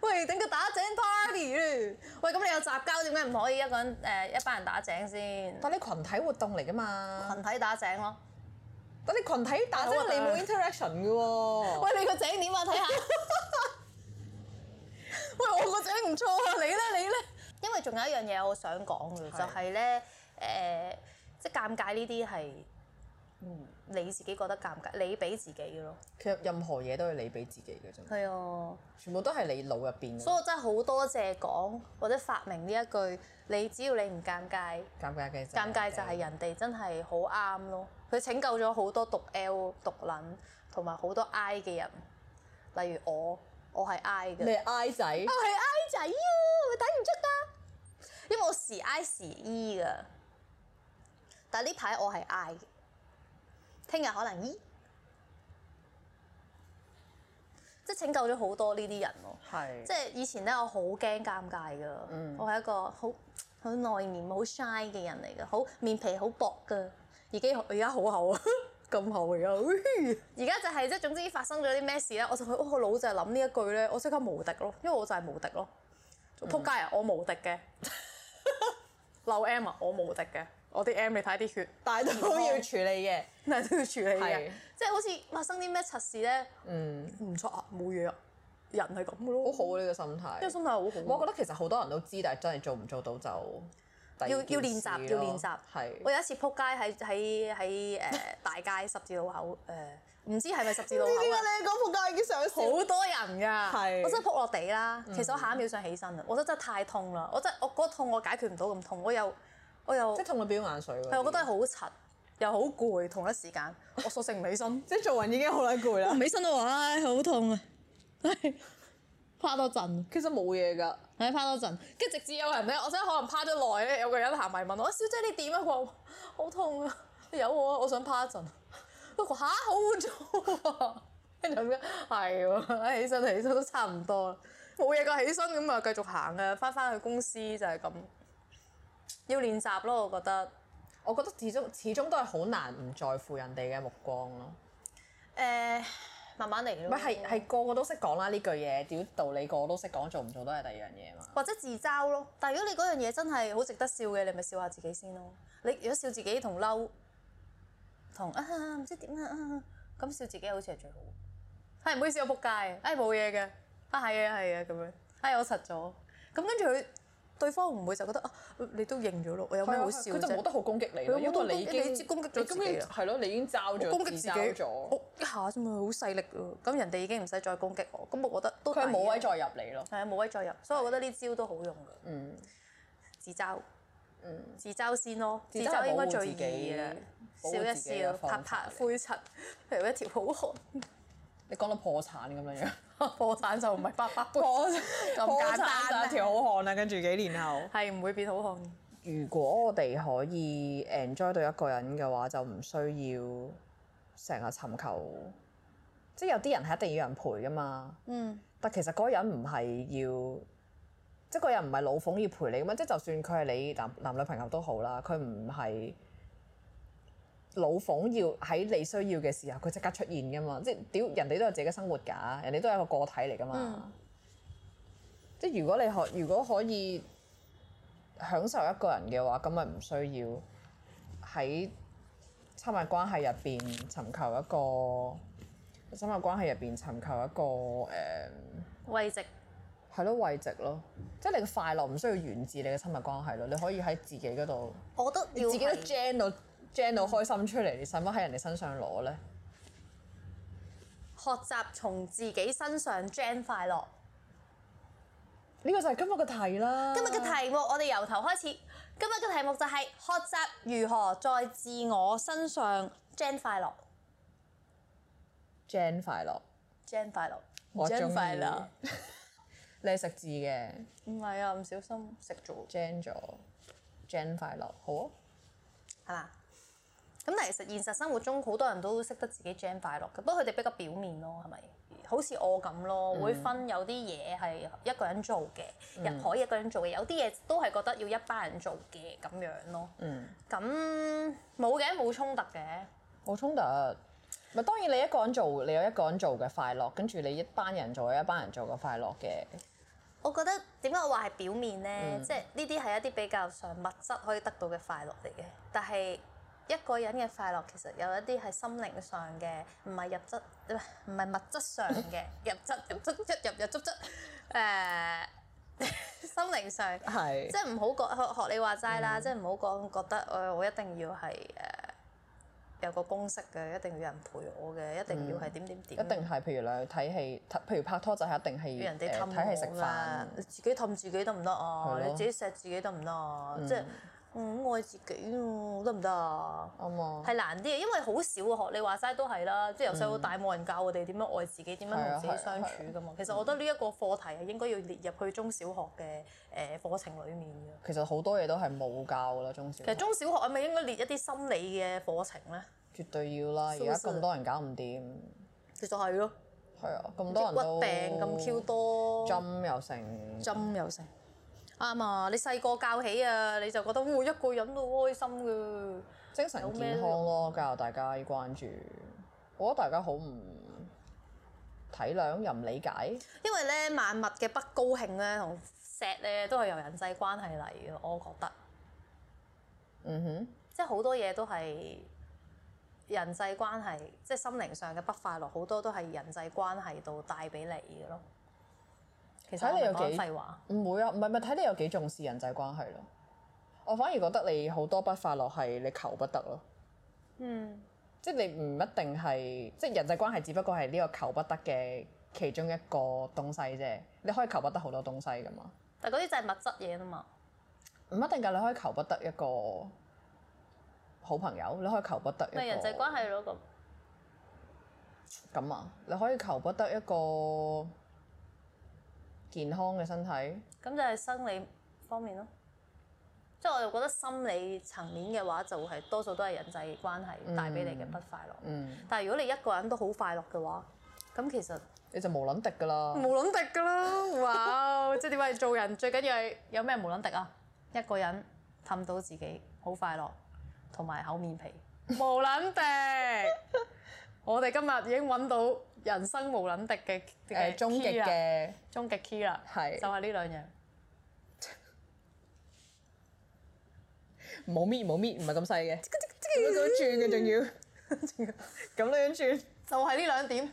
[SPEAKER 3] 喂，整個打井 party 咧！喂，咁你有雜交，點解唔可以一個人誒、一班人打井 先？
[SPEAKER 2] 但你群體活動嚟㗎嘛？
[SPEAKER 3] 群體打井咯。
[SPEAKER 2] 但你群體打井，
[SPEAKER 3] 好核
[SPEAKER 2] 你
[SPEAKER 3] 突啊
[SPEAKER 2] 冇 interaction 㗎喎。
[SPEAKER 3] 喂，你個井點啊？睇下。 喂，我個井唔錯啊！你咧，你咧。因為仲有一樣嘢我想講嘅，
[SPEAKER 2] 係
[SPEAKER 3] 就係咧誒，即係尷尬呢啲係，你自己覺得尷尬，你俾自己嘅咯。
[SPEAKER 2] 其實任何嘢都係你俾自己嘅啫，
[SPEAKER 3] 係啊，
[SPEAKER 2] 全部都係你腦入邊
[SPEAKER 3] 所以
[SPEAKER 2] 嘅。
[SPEAKER 3] 我真係好多謝講或者發明呢一句，你只要你唔尷尬，
[SPEAKER 2] 尷尬嘅。
[SPEAKER 3] 尷尬就係。人哋真係好啱咯。佢拯救咗好多毒 L、毒撚同埋好多 I 嘅人，例如我，我係 I 嘅。
[SPEAKER 2] 你係 I 仔
[SPEAKER 3] 我，哦係 I 仔啊，我睇唔出㗎。因為我時 I 時 E 㗎，但係呢排我係 I 嘅，聽日可能 E，即係拯救咗好多呢啲人咯。
[SPEAKER 2] 係
[SPEAKER 3] 即。係以前咧，我好驚尷尬㗎，
[SPEAKER 2] 嗯
[SPEAKER 3] 我係一個好好內斂、好 shy 嘅人嚟㗎，好面皮好薄㗎。而家而家好厚啊， 咁厚而家。 而家就係即係總之發生咗啲咩事咧，我就去，哦，我腦就係諗呢一句咧，我即刻無敵咯，因為我就係無敵咯。撲街啊！
[SPEAKER 2] 嗯
[SPEAKER 3] 我無敵嘅， 漏 M 啊！我無敵嘅，我啲 M 你睇啲血，
[SPEAKER 2] 但係都要處理嘅。
[SPEAKER 3] 但係都要處理嘅
[SPEAKER 2] 係，
[SPEAKER 3] 即係好似發生啲咩測事咧，
[SPEAKER 2] 嗯，
[SPEAKER 3] 唔錯啊，冇嘢啊，人係咁嘅
[SPEAKER 2] 好
[SPEAKER 3] 咯，
[SPEAKER 2] 好啊呢個心
[SPEAKER 3] 呢個
[SPEAKER 2] 態。
[SPEAKER 3] 心態好好。
[SPEAKER 2] 我覺得其實好多人都知，但係真係做唔做到就第二
[SPEAKER 3] 要
[SPEAKER 2] 件
[SPEAKER 3] 要練習，
[SPEAKER 2] 事
[SPEAKER 3] 要
[SPEAKER 2] 咯
[SPEAKER 3] 練習。我
[SPEAKER 2] 係。
[SPEAKER 3] 有一次撲街喺喺喺誒大街十字路口誒，唔知係咪十字路口啊？
[SPEAKER 2] 你講仆街已經上
[SPEAKER 3] 好多人
[SPEAKER 2] 係
[SPEAKER 3] 㗎，我真係嗯撲落地啦。其實我下一秒想起身啦，啊我覺得真係太痛啦，我真係我嗰個痛我解決唔到咁痛，我又我又
[SPEAKER 2] 即係痛到飆眼水喎。
[SPEAKER 3] 係我覺得係好柒，又好攰，同一時間我索性唔起 身，
[SPEAKER 2] 即係做人已經好撚攰啦。
[SPEAKER 3] 起身都話唉好痛啊， 趴多陣。
[SPEAKER 2] 其實冇嘢㗎，
[SPEAKER 3] 喺趴多陣，跟住直至有人咧，我真係可能趴咗耐咧，有個人行埋問我：小姐你點啊？佢話好痛啊，有我啊，我想趴一陣。佢話吓，好污糟啊！ 跟住咁樣係喎，起身起身都差唔多啦，冇嘢㗎，起身咁啊繼續行啊，翻返去公司就係咁，要練習咯，我覺得。
[SPEAKER 2] 我覺得始終始終都係好難唔在乎人哋嘅目光咯。
[SPEAKER 3] 誒、慢慢嚟咯。
[SPEAKER 2] 唔係係係個個都識講啦呢句嘢，屌道理個個都識講，做唔做都係第二樣嘢嘛。
[SPEAKER 3] 或者自嘲咯。但係如果你嗰樣嘢真係好值得笑嘅，你咪笑下自己先咯。你如果笑自己同嬲，同啊唔知點啊啊咁哎笑自己好似係最好。係唔好意思，我仆街，哎冇嘢嘅，啊係啊係啊咁樣。哎，我實咗。咁跟住佢對方唔會就覺得啊，你都認咗咯，我有咩好笑
[SPEAKER 2] 啊佢就冇
[SPEAKER 3] 啫？
[SPEAKER 2] 得好攻擊你
[SPEAKER 3] 佢
[SPEAKER 2] 啦，
[SPEAKER 3] 冇
[SPEAKER 2] 因
[SPEAKER 3] 得
[SPEAKER 2] 為你已
[SPEAKER 3] 攻擊你已經
[SPEAKER 2] 經
[SPEAKER 3] 攻擊咗自己
[SPEAKER 2] 你已經
[SPEAKER 3] 啦
[SPEAKER 2] 係咯，你已經罩咗，
[SPEAKER 3] 我攻擊自己，
[SPEAKER 2] 罩咗，
[SPEAKER 3] 我一下啫嘛，好勢力喎。咁人哋已經唔使再攻擊我，咁我覺得都抵
[SPEAKER 2] 佢係冇位
[SPEAKER 3] 嘅
[SPEAKER 2] 再入你咯。
[SPEAKER 3] 係啊，冇位再入，所以我覺得呢招都好用㗎。
[SPEAKER 2] 嗯，
[SPEAKER 3] 自嘲，自嘲先咯，自
[SPEAKER 2] 自嘲係
[SPEAKER 3] 嘲應該
[SPEAKER 2] 保護
[SPEAKER 3] 最
[SPEAKER 2] 自己
[SPEAKER 3] 易嘅，
[SPEAKER 2] 保護
[SPEAKER 3] 笑一
[SPEAKER 2] 自己嘅
[SPEAKER 3] 笑，
[SPEAKER 2] 方
[SPEAKER 3] 拍
[SPEAKER 2] 法
[SPEAKER 3] 拍
[SPEAKER 2] 嚟
[SPEAKER 3] 灰塵， 譬如一條好漢，
[SPEAKER 2] 你講到破產咁樣樣，
[SPEAKER 3] 破產就唔係八百杯，咁
[SPEAKER 2] 破
[SPEAKER 3] 簡
[SPEAKER 2] 產
[SPEAKER 3] 單
[SPEAKER 2] 就係
[SPEAKER 3] 啊，
[SPEAKER 2] 條好漢啦。跟住幾年後，
[SPEAKER 3] 係唔會變好漢。
[SPEAKER 2] 如果我哋可以 enjoy 到一個人嘅話，就唔需要成日尋求，即係有啲人係一定要有人陪噶嘛。
[SPEAKER 3] 嗯，
[SPEAKER 2] 但其實嗰個人唔係要，即係嗰個人唔係老馮要陪你咁嘛。即係就算佢係你男男女朋友都好啦，佢唔係老馮要喺你需要嘅時候佢即刻出現噶嘛。即係屌人哋都有自己嘅生活㗎，人哋都係一個個體嚟㗎嘛。即係如果你可如果可以享受一個人嘅話，咁咪唔需要喺親密關係入邊尋求一個。呃親密關係入邊尋求一個誒
[SPEAKER 3] 慰藉
[SPEAKER 2] 係咯慰藉咯，即係你嘅快樂唔需要源自你嘅親密關係咯，你可以喺自己嗰度，
[SPEAKER 1] 我都
[SPEAKER 2] 你
[SPEAKER 1] 要
[SPEAKER 2] 自己都
[SPEAKER 1] 係
[SPEAKER 2] gen 到 gen 到開心出嚟，你使乜喺人哋身上攞咧？
[SPEAKER 3] 學習從自己身上 gen 快樂。
[SPEAKER 2] 呢個就係今日嘅題啦。
[SPEAKER 3] 今日嘅題目我哋由頭開始，今日嘅題目就係學習如何在自我身上 gen 快樂
[SPEAKER 2] gen 快樂，
[SPEAKER 3] ，gen 快樂
[SPEAKER 2] 我中
[SPEAKER 3] ，gen 快樂。
[SPEAKER 2] 意。 你係食字嘅
[SPEAKER 3] 唔係啊，唔小心食咗。
[SPEAKER 2] gen 咗 gen 快樂，好啊。
[SPEAKER 3] 係嘛？咁但係其實現實生活中好多人都識得自己 jam 快樂嘅，不過佢哋比較表面咯，係咪？好似我咁咯，會分有啲嘢係一個人做嘅，入海一個人做嘅，有啲嘢都係覺得要一班人做嘅咁樣咯。
[SPEAKER 2] 嗯，
[SPEAKER 3] 咁冇嘅，冇衝突嘅，
[SPEAKER 2] 冇衝突。啊咪當然你一個人做，你有一個人做嘅快樂，跟住你一班人做，有一班人做嘅快樂嘅。
[SPEAKER 3] 我覺得點解我話係表面呢？即係呢啲係一啲比較上物質可以得到嘅快樂嚟嘅，但係一個人嘅快樂其實有一啲係心靈上嘅，唔係入質，唔係唔係物質上嘅，入質入質一入入質質誒、心靈上。
[SPEAKER 2] 係
[SPEAKER 3] 即係唔好講學學你話齋啦，即係唔好講覺得誒、呃我一定要係誒、呃有個公式嘅，一定要有人陪我嘅，一定要係點點點。
[SPEAKER 2] 一定係，譬如你去睇戲，睇譬如拍拖就係一定係
[SPEAKER 3] 要人哋
[SPEAKER 2] 誒
[SPEAKER 3] 氹
[SPEAKER 2] 睇戲食
[SPEAKER 3] 我啦
[SPEAKER 2] 飯，，
[SPEAKER 3] 你自己氹自己得唔得啊？
[SPEAKER 2] 係咯嗯
[SPEAKER 3] 你自己錫自己得唔得啊？即係我愛自己喎得唔得啊？
[SPEAKER 2] 啱啊，
[SPEAKER 3] 係難啲嘅，因為好少學你話齋都係啦，即係由細到大冇人教我哋點樣愛自己，點樣
[SPEAKER 2] 嗯係
[SPEAKER 3] 同
[SPEAKER 2] 啊
[SPEAKER 3] 自己
[SPEAKER 2] 係啊
[SPEAKER 3] 相處噶嘛。其實我覺得呢一個課題係應該要列入去中小學嘅誒課程裡面嘅。
[SPEAKER 2] 其實好多嘢都係冇教㗎啦，中小
[SPEAKER 3] 其實中小學係咪應該列一啲心理嘅課程咧？
[SPEAKER 2] 絕對要啦。而家咁多人搞唔掂，
[SPEAKER 3] 其實係咯，
[SPEAKER 2] 係啊，咁多人
[SPEAKER 3] 啲
[SPEAKER 2] 都
[SPEAKER 3] 骨病咁 Q 多。
[SPEAKER 2] 針又成，
[SPEAKER 3] 針又成。啱啊！你細個教起啊，你就覺得我一個人都好開心噶。
[SPEAKER 2] 精神健康咯，教大家要關注。我覺得大家好唔體諒又唔理解，
[SPEAKER 3] 因為咧，萬物嘅不高興咧同錫咧都係由人際關係嚟嘅，我覺得。
[SPEAKER 2] 嗯哼，
[SPEAKER 3] 即係好多嘢都係人際關係，即係心靈上嘅不快樂，好多都係人際關係度帶俾你嘅咯。其實
[SPEAKER 2] 睇
[SPEAKER 3] 我
[SPEAKER 2] 你有
[SPEAKER 3] 咪講
[SPEAKER 2] 幾
[SPEAKER 3] 廢話。
[SPEAKER 2] 唔會啊，唔係咪睇你有幾重視人際關係咯？我反而覺得你好多不快樂係你求不得咯。
[SPEAKER 3] 嗯。
[SPEAKER 2] 即係你唔一定係，即係人際關係，只不過係呢個求不得嘅其中一個東西啫。你可以求不得好多東西噶嘛，
[SPEAKER 3] 但嗰啲就係物質嘢啊嘛。
[SPEAKER 2] 唔一定㗎。你可以求不得一個好朋友，你可以求不得一個
[SPEAKER 3] 咪人際關係咯咁。
[SPEAKER 2] 咁啊，你可以求不得一個健康嘅身體。
[SPEAKER 3] 咁就係生理方面咯。即係我又覺得心理層面嘅話，就係多數都係人際關係帶俾你嘅不快樂。
[SPEAKER 2] 嗯，
[SPEAKER 3] 但係如果你一個人都好快樂嘅話，咁其實
[SPEAKER 2] 你就無撚敵㗎啦。
[SPEAKER 3] 無論敵㗎啦！哇，即係點解做人最緊要係有咩無論敵啊？一個人氹到自己好快樂，同埋厚面皮，無論敵。我哋今日已經揾到人生無論敵嘅
[SPEAKER 2] 誒、
[SPEAKER 3] 嘅
[SPEAKER 2] 終極
[SPEAKER 3] key 啦
[SPEAKER 2] 嘅
[SPEAKER 3] 終極 key 啦，
[SPEAKER 2] 係
[SPEAKER 3] 就係呢兩樣。
[SPEAKER 2] 唔好搣，唔好搣，唔係咁細 嘅， 咁樣轉嘅仲要，咁樣轉。
[SPEAKER 3] 就係呢兩點，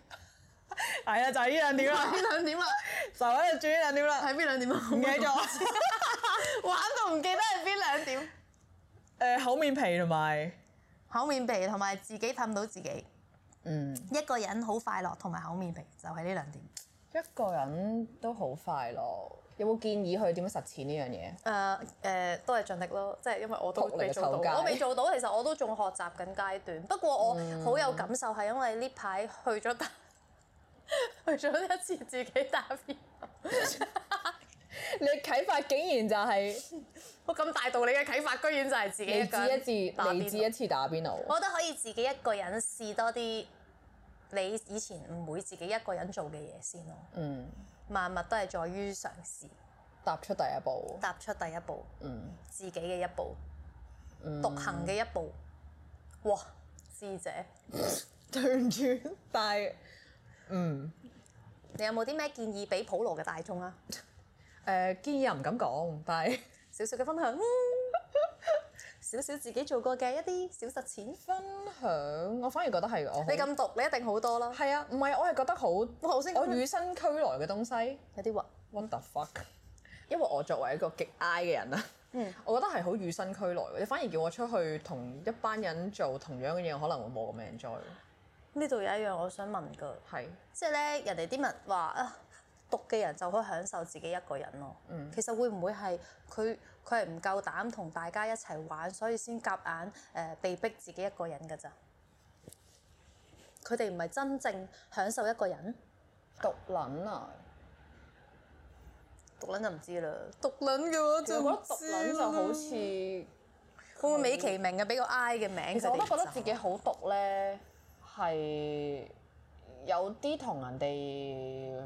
[SPEAKER 2] 係啊，就係呢兩點啦，
[SPEAKER 3] 兩點啦， 啊
[SPEAKER 2] 就喺度轉呢兩點啦，
[SPEAKER 3] 係邊兩點啊？
[SPEAKER 2] 唔記得咗。
[SPEAKER 3] 玩到唔記得係邊兩點。
[SPEAKER 2] 誒厚面皮同埋
[SPEAKER 3] 厚面皮同埋自己氹到自己，
[SPEAKER 2] 嗯
[SPEAKER 3] 一個人好快樂同埋厚面皮就係呢兩點。
[SPEAKER 2] 一個人都好快樂。有冇建議佢點樣實踐呢樣嘢？
[SPEAKER 3] 誒誒、都係盡力咯，即係因為我都
[SPEAKER 2] 撲你
[SPEAKER 3] 未
[SPEAKER 2] 個
[SPEAKER 3] 做
[SPEAKER 2] 頭街
[SPEAKER 3] 到，我未做到，其實我都仲學習緊階段。不過我好有感受係因為呢排去咗打， 去咗一次自己打邊爐。
[SPEAKER 2] 你啟發竟然就係
[SPEAKER 3] 我咁大道理嘅啟發，居然就係自己
[SPEAKER 2] 你
[SPEAKER 3] 一個人
[SPEAKER 2] 至一次
[SPEAKER 3] 打邊
[SPEAKER 2] 你
[SPEAKER 3] 爐
[SPEAKER 2] 至一次打邊爐，
[SPEAKER 3] 我覺得可以自己一個人試多啲你以前唔會自己一個人做嘅嘢先咯。
[SPEAKER 2] 嗯，
[SPEAKER 3] 萬物都係在於嘗試，
[SPEAKER 2] 踏出第一步，
[SPEAKER 3] 踏出第一步，
[SPEAKER 2] 嗯
[SPEAKER 3] 自己嘅一步，
[SPEAKER 2] 嗯
[SPEAKER 3] 獨行嘅一步。哇！智者，
[SPEAKER 2] 對唔住，但係嗯
[SPEAKER 3] 你有冇啲咩建議俾普羅嘅大眾啊？
[SPEAKER 2] 誒建議又唔敢講，但係
[SPEAKER 3] 少少嘅分享， 少少自己做過嘅一啲小實踐。
[SPEAKER 2] 分享我反而覺得係我好
[SPEAKER 3] 你咁讀，你一定好多啦。
[SPEAKER 2] 係啊，唔係我係覺得好
[SPEAKER 3] 我頭先
[SPEAKER 2] 我與生俱來嘅東西。
[SPEAKER 3] 有啲暈，
[SPEAKER 2] What the fuck？因為我作為一個極 I 嘅人啦，啊 我覺得係好與生俱來嘅。你反而叫我出去同一班人做同樣嘅嘢，我可能會冇咁 enjoy。
[SPEAKER 3] 呢度有一樣我想問㗎。
[SPEAKER 2] 係，
[SPEAKER 3] 即係咧，人哋啲人話啊，讀嘅人就可以享受自己一個人咯。其實會唔會係佢佢係唔夠膽同大家一齊玩，所以先夾硬誒、呃被逼自己一個人㗎咋？佢哋唔係真正享受一個人，
[SPEAKER 2] 獨撚啊！
[SPEAKER 3] 獨撚就唔知啦。獨撚嘅喎，
[SPEAKER 2] 其實我覺得獨撚就好似，其
[SPEAKER 3] 會唔會美其名嘅俾個 I 嘅名佢哋就？啊
[SPEAKER 2] 實我都覺得自己好獨咧，係有啲同人哋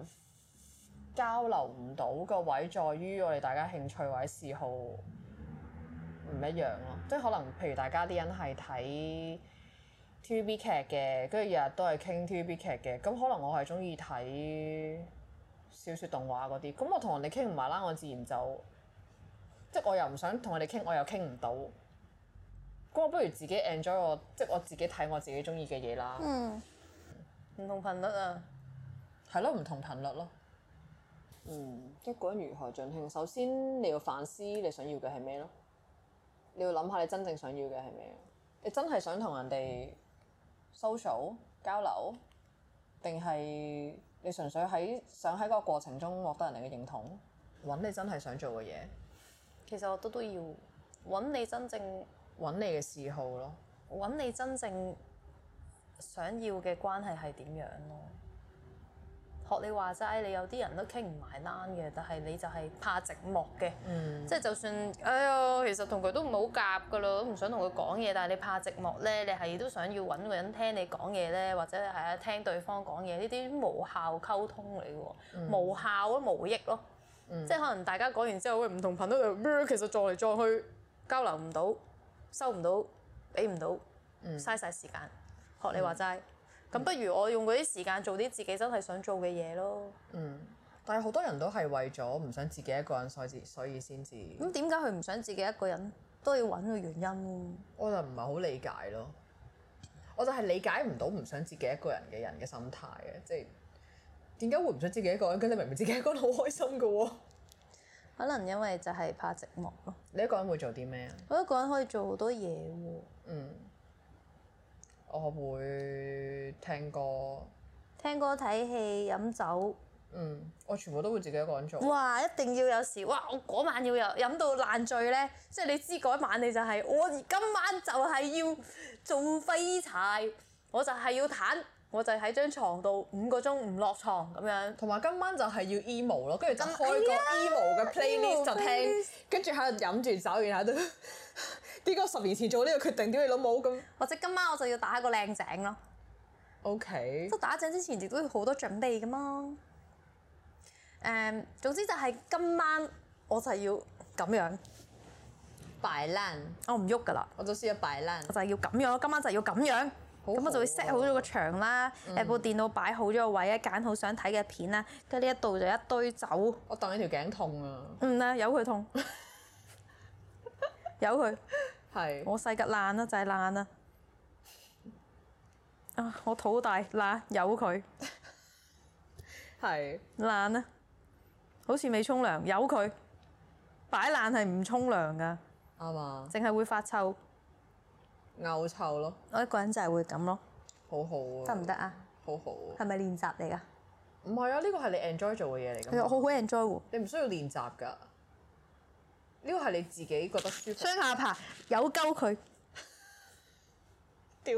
[SPEAKER 2] 交流唔到個位，在於我哋大家興趣或者嗜好唔一樣咯。即係可能譬如大家啲人係睇 TVB 劇嘅，跟住日日都係傾 TVB 劇嘅，咁可能我係中意睇小説動畫嗰啲，咁我同人哋傾唔埋啦，我自然就即係我又唔想同佢哋傾，我又傾唔到。咁我不如自己 enjoy 我，即係我自己睇我自己中意嘅嘢啦，
[SPEAKER 3] 嗯唔同頻率啊。
[SPEAKER 2] 係咯、唔同頻率咯。嗯，一個人如何盡興？首先你要反思你想要嘅係咩咯，你要諗下你真正想要嘅係咩。你真係想同人哋 social 交流，定係你純粹喺想喺個過程中獲得人哋嘅認同，揾你真係想做嘅嘢，
[SPEAKER 3] 其實我都都要揾你真正
[SPEAKER 2] 揾你嘅嗜好咯。
[SPEAKER 3] 揾你真正想要嘅關係係點樣咯？學你話齋，你有啲人都傾唔埋單嘅，但係你就係怕寂寞嘅，即係就算哎呀，其實同佢都唔好夾噶啦，都唔想同佢講嘢，但係你怕寂寞咧，你係都想要揾個人聽你講嘢咧，或者係啊聽對方講嘢，呢啲無效溝通嚟嘅喎，無效咯，無益咯，即係可能大家講完之後，喂唔同頻率，呃其實撞嚟撞去交流唔到，收唔到。俾唔到，嘥晒時間。學你話齋，咁、不如我用嗰啲時間做啲自己真係想做嘅嘢咯。
[SPEAKER 2] 但係好多人都係為咗唔想自己一個人，所以所以先至。
[SPEAKER 3] 咁點解佢唔想自己一個人都要揾個原因咯？
[SPEAKER 2] 我就唔係好理解咯。我就係理解唔到唔想自己一個人嘅人嘅心態嘅，即係點解會唔想自己一個人？跟你明明自己一個人好開心嘅 喎。
[SPEAKER 3] 可能因為就係怕寂寞咯。
[SPEAKER 2] 你一個人會做啲咩啊？
[SPEAKER 3] 我一個人可以做好多嘢喎，
[SPEAKER 2] 我會聽歌，
[SPEAKER 3] 聽歌、睇戲、飲酒。
[SPEAKER 2] 嗯，我全部都會自己一個人做。
[SPEAKER 3] 哇！一定要有時，哇！我嗰晚要有飲到爛醉咧，即係你知嗰晚你就係、我今晚就係要做廢柴，我就係要攤，我就喺張床度五個鐘唔落床咁樣。
[SPEAKER 2] 同埋今晚就係要 emo 咯，跟住就開
[SPEAKER 3] 哎
[SPEAKER 2] 個
[SPEAKER 3] 呀
[SPEAKER 2] emo 嘅 playlist
[SPEAKER 3] emo
[SPEAKER 2] 就聽
[SPEAKER 3] playlist，
[SPEAKER 2] 跟住喺度飲住酒，然 後喺度點解十年前做呢個決定，屌你老母咁
[SPEAKER 3] 或者今晚我就要打一個靚井咯。
[SPEAKER 2] ？OK，
[SPEAKER 3] 即係打井之前亦都要好多準備噶嘛。誒、總之就係今晚我就要咁樣，
[SPEAKER 2] 擺爛，
[SPEAKER 3] 我唔喐噶啦。
[SPEAKER 2] 我就試下擺爛
[SPEAKER 3] 我。就係要咁樣，今晚就要咁樣。咁我就會 set 好嗯咗個場啦，誒、部電腦擺好咗個位啊，揀好想睇嘅片啦，跟住呢一度就一堆酒，
[SPEAKER 2] 我當你條頸痛啊！
[SPEAKER 3] 嗯啦，由佢 痛，由佢，
[SPEAKER 2] 係
[SPEAKER 3] 我細格爛啦，就係爛啦，啊，我肚大爛，由佢，
[SPEAKER 2] 係
[SPEAKER 3] 懶啊，好似未沖涼，由佢擺爛係唔沖涼噶，
[SPEAKER 2] 啱啊，
[SPEAKER 3] 淨係會發臭。
[SPEAKER 2] 牛臭咯，
[SPEAKER 3] 我一個人就係會咁咯，
[SPEAKER 2] 好好啊，
[SPEAKER 3] 得唔得？啊？
[SPEAKER 2] 好好啊，
[SPEAKER 3] 係咪練習嚟㗎？
[SPEAKER 2] 唔係啊，呢個係你 enjoy 做嘅嘢嚟
[SPEAKER 3] 其實
[SPEAKER 2] 㗎
[SPEAKER 3] 我
[SPEAKER 2] 嘛，
[SPEAKER 3] 啊好好 enjoy 喎。
[SPEAKER 2] 你唔需要練習㗎，呢個係你自己覺得 舒服。
[SPEAKER 3] 雙下巴有鳩佢，
[SPEAKER 2] 屌，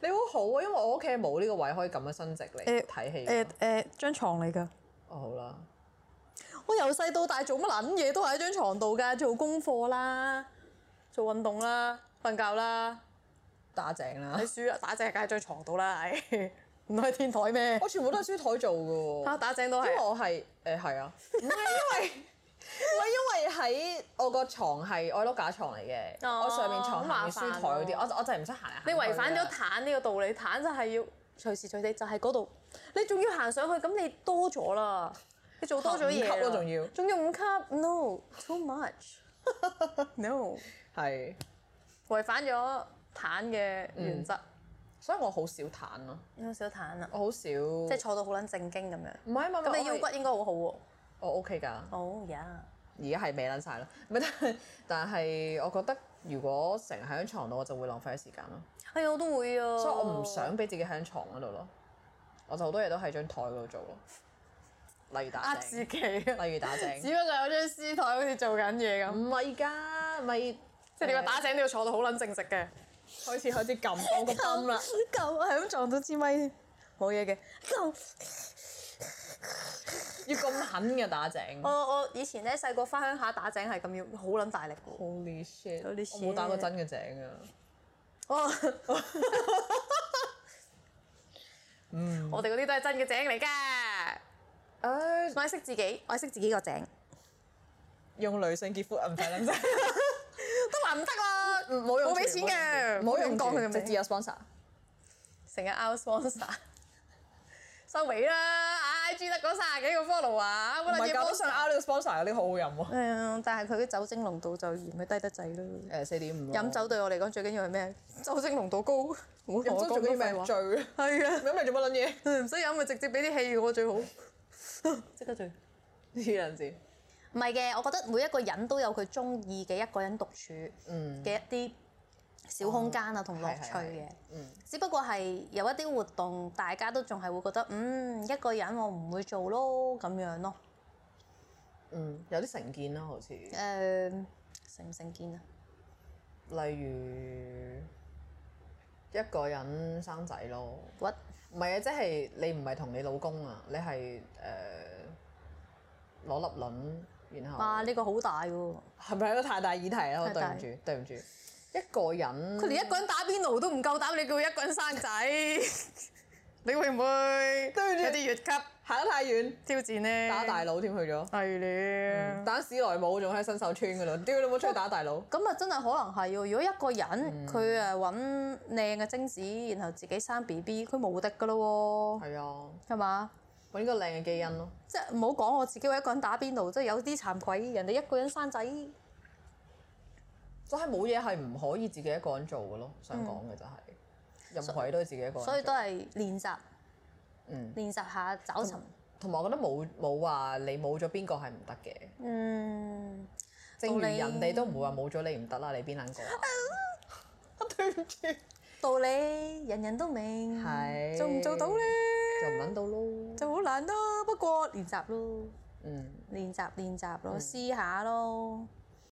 [SPEAKER 2] 你好好啊，因為我屋企冇呢個位可以咁樣伸直嚟
[SPEAKER 3] 誒
[SPEAKER 2] 睇戲。
[SPEAKER 3] 誒誒張床嚟㗎。
[SPEAKER 2] 哦好啦，
[SPEAKER 3] 我由細到大做乜撚嘢都係喺張床度㗎，做功課啦，做運動啦，瞓覺啦，
[SPEAKER 2] 打正啦
[SPEAKER 3] 睇。書啦，打正梗係張床度啦，唉唔係天台 咩？
[SPEAKER 2] 我全部都係書台做㗎
[SPEAKER 3] 啊，
[SPEAKER 2] 喎，
[SPEAKER 3] 打正都
[SPEAKER 2] 因為
[SPEAKER 3] 係。
[SPEAKER 2] 我係誒係啊，唔係因為唔係因為喺我個床係我係碌架床嚟嘅，
[SPEAKER 3] 哦
[SPEAKER 2] 我上面
[SPEAKER 3] 好
[SPEAKER 2] 床下
[SPEAKER 3] 麻
[SPEAKER 2] 面
[SPEAKER 3] 煩
[SPEAKER 2] 書台嗰啲，
[SPEAKER 3] 喎
[SPEAKER 2] 我我就係唔使行嚟行去
[SPEAKER 3] 你
[SPEAKER 2] 㗎。
[SPEAKER 3] 違反咗坦呢個道理，坦就係要隨時隨地就係嗰度，你仲要行上去，咁你多咗啦，你做多咗嘢
[SPEAKER 2] 行
[SPEAKER 3] 啦
[SPEAKER 2] 五級咯仲要
[SPEAKER 3] 仲要五級，no，too much，no，
[SPEAKER 2] 係，
[SPEAKER 3] 違反咗坦嘅原則，
[SPEAKER 2] 所以我好少攤咯，
[SPEAKER 3] 有少坦啊，
[SPEAKER 2] 我好少即
[SPEAKER 3] 即係
[SPEAKER 2] 係
[SPEAKER 3] 坐到好撚正經咁樣，
[SPEAKER 2] 唔係唔係唔
[SPEAKER 3] 咁
[SPEAKER 2] 係，
[SPEAKER 3] 你腰
[SPEAKER 2] 我係
[SPEAKER 3] 骨應該好好喎，
[SPEAKER 2] 我 OK 㗎。
[SPEAKER 3] 哦呀。
[SPEAKER 2] 而家係未撚晒啦， 唔係但係但係我覺得如果成日喺張床度，我就會浪費時間咯，
[SPEAKER 3] 哎呀，我都會啊！
[SPEAKER 2] 所以我唔想俾自己喺張床嗰度咯，我就好多嘢都喺張台嗰度做咯，例如打
[SPEAKER 3] 呃
[SPEAKER 2] 正，
[SPEAKER 3] 自己啊，
[SPEAKER 2] 例如打
[SPEAKER 3] 只
[SPEAKER 2] 正
[SPEAKER 3] 不，過有張書台好似做緊嘢咁，
[SPEAKER 2] 唔係㗎，咪
[SPEAKER 3] 即係你個
[SPEAKER 2] 誒
[SPEAKER 3] 打醒都要坐到好撚正直嘅，
[SPEAKER 2] 開始開 始撳我個泵啦，
[SPEAKER 3] 夠係咁撞到支咪添，冇嘢嘅。
[SPEAKER 2] 要咁狠嘅打正
[SPEAKER 3] 我我以前咧細個翻鄉下打井係咁要好撚大力嘅喎，
[SPEAKER 2] ，Holy shit！我
[SPEAKER 3] Holy
[SPEAKER 2] 冇打過
[SPEAKER 3] shit
[SPEAKER 2] 真嘅井啊，
[SPEAKER 3] 哦，我哋嗰啲都係真嘅井嚟㗎，
[SPEAKER 2] 誒
[SPEAKER 3] 我係識自己，我係識自己個井，
[SPEAKER 2] 用女性潔膚唔使諗
[SPEAKER 3] 都話唔得啦，
[SPEAKER 2] 冇 用
[SPEAKER 3] 冇俾
[SPEAKER 2] 住
[SPEAKER 3] 錢嘅
[SPEAKER 2] 冇用
[SPEAKER 3] 唔好用
[SPEAKER 2] 住
[SPEAKER 3] 當佢嘅
[SPEAKER 2] 直
[SPEAKER 3] 名
[SPEAKER 2] 接有 sponsor。
[SPEAKER 3] 成日 out sponsor，收尾啦，IG 得嗰卅幾個 follow 啊，
[SPEAKER 2] 唔
[SPEAKER 3] 好撚
[SPEAKER 2] 係
[SPEAKER 3] 嘢
[SPEAKER 2] 㗎，
[SPEAKER 3] 幫
[SPEAKER 2] 都想 out 呢個 sponsor 有啲好好飲喎。
[SPEAKER 3] 係啊，但係佢啲酒精濃度就嫌佢低得滯啦。
[SPEAKER 2] 誒四點五。啊
[SPEAKER 3] 飲酒對我嚟講最緊要係咩？酒精濃度高，唔好同
[SPEAKER 2] 飲
[SPEAKER 3] 我
[SPEAKER 2] 酒
[SPEAKER 3] 講咁
[SPEAKER 2] 最緊
[SPEAKER 3] 多
[SPEAKER 2] 要咪
[SPEAKER 3] 廢話。
[SPEAKER 2] 醉啊！
[SPEAKER 3] 係啊，
[SPEAKER 2] 飲嚟做乜撚嘢？
[SPEAKER 3] 唔使飲咪直接俾啲氣我最好， 即刻醉。
[SPEAKER 2] 黐撚線。
[SPEAKER 3] 唔係嘅，我覺得每一個人都有佢中意嘅一個人獨處
[SPEAKER 2] 嗯
[SPEAKER 3] 嘅一啲小空間啊，同樂趣
[SPEAKER 2] 哦係嗯係
[SPEAKER 3] 嘅。只不過係有一啲活動，大家都仲係會覺得，嗯，一個人我唔會做咯，咁樣咯。
[SPEAKER 2] 嗯，有啲成見啦，好似
[SPEAKER 3] 誒、成唔成見啊？
[SPEAKER 2] 例如一個人生仔咯，
[SPEAKER 3] 屈
[SPEAKER 2] 唔係啊，即係你唔係同你老公啊，你係誒攞粒卵，然後
[SPEAKER 3] 哇！呢、個好大喎。
[SPEAKER 2] 係咪一個太大議題啦？啊我
[SPEAKER 3] 太
[SPEAKER 2] 對
[SPEAKER 3] 大
[SPEAKER 2] 唔住，對唔住，一個人
[SPEAKER 3] 佢連一個人打邊爐都唔夠膽，你叫佢一個人生 仔，你會唔會
[SPEAKER 2] 對唔住
[SPEAKER 3] 有啲越級挑
[SPEAKER 2] 行得太遠，
[SPEAKER 3] 戰呢？
[SPEAKER 2] 打大嗯佬添去咗，
[SPEAKER 3] 係咧，
[SPEAKER 2] 打史萊姆仲喺新手村嗰 度，屌你冇出去打大佬，
[SPEAKER 3] 咁啊真係可能係喎。如果一個
[SPEAKER 2] 嗯
[SPEAKER 3] 人佢誒揾靚嘅精子，然後自己生 B B，佢無敵噶咯
[SPEAKER 2] 係啊，
[SPEAKER 3] 喎，係嘛？
[SPEAKER 2] 揾個靚嘅基因咯，
[SPEAKER 3] 即係唔好講我自己我一個人打邊爐，即係有啲慚愧，人哋一個人生仔。
[SPEAKER 2] 就係冇嘢係唔可以自己一個人做嘅咯，想講嘅就係任何嘢都係自己一個人做，
[SPEAKER 3] 所以都係練習，
[SPEAKER 2] 嗯
[SPEAKER 3] 練習下找尋，
[SPEAKER 2] 同埋我覺得冇冇話你冇咗邊個係唔得嘅，
[SPEAKER 3] 嗯，
[SPEAKER 2] 正如
[SPEAKER 3] 道理
[SPEAKER 2] 人哋都唔會話冇咗你唔得啦，你邊撚個 啊？對唔住，
[SPEAKER 3] 道理人人都明，
[SPEAKER 2] 係
[SPEAKER 3] 做唔做到咧？
[SPEAKER 2] 就唔撚到咯。
[SPEAKER 3] 就好難咯。不過練習咯，
[SPEAKER 2] 嗯，
[SPEAKER 3] 練習練習咯，試下咯。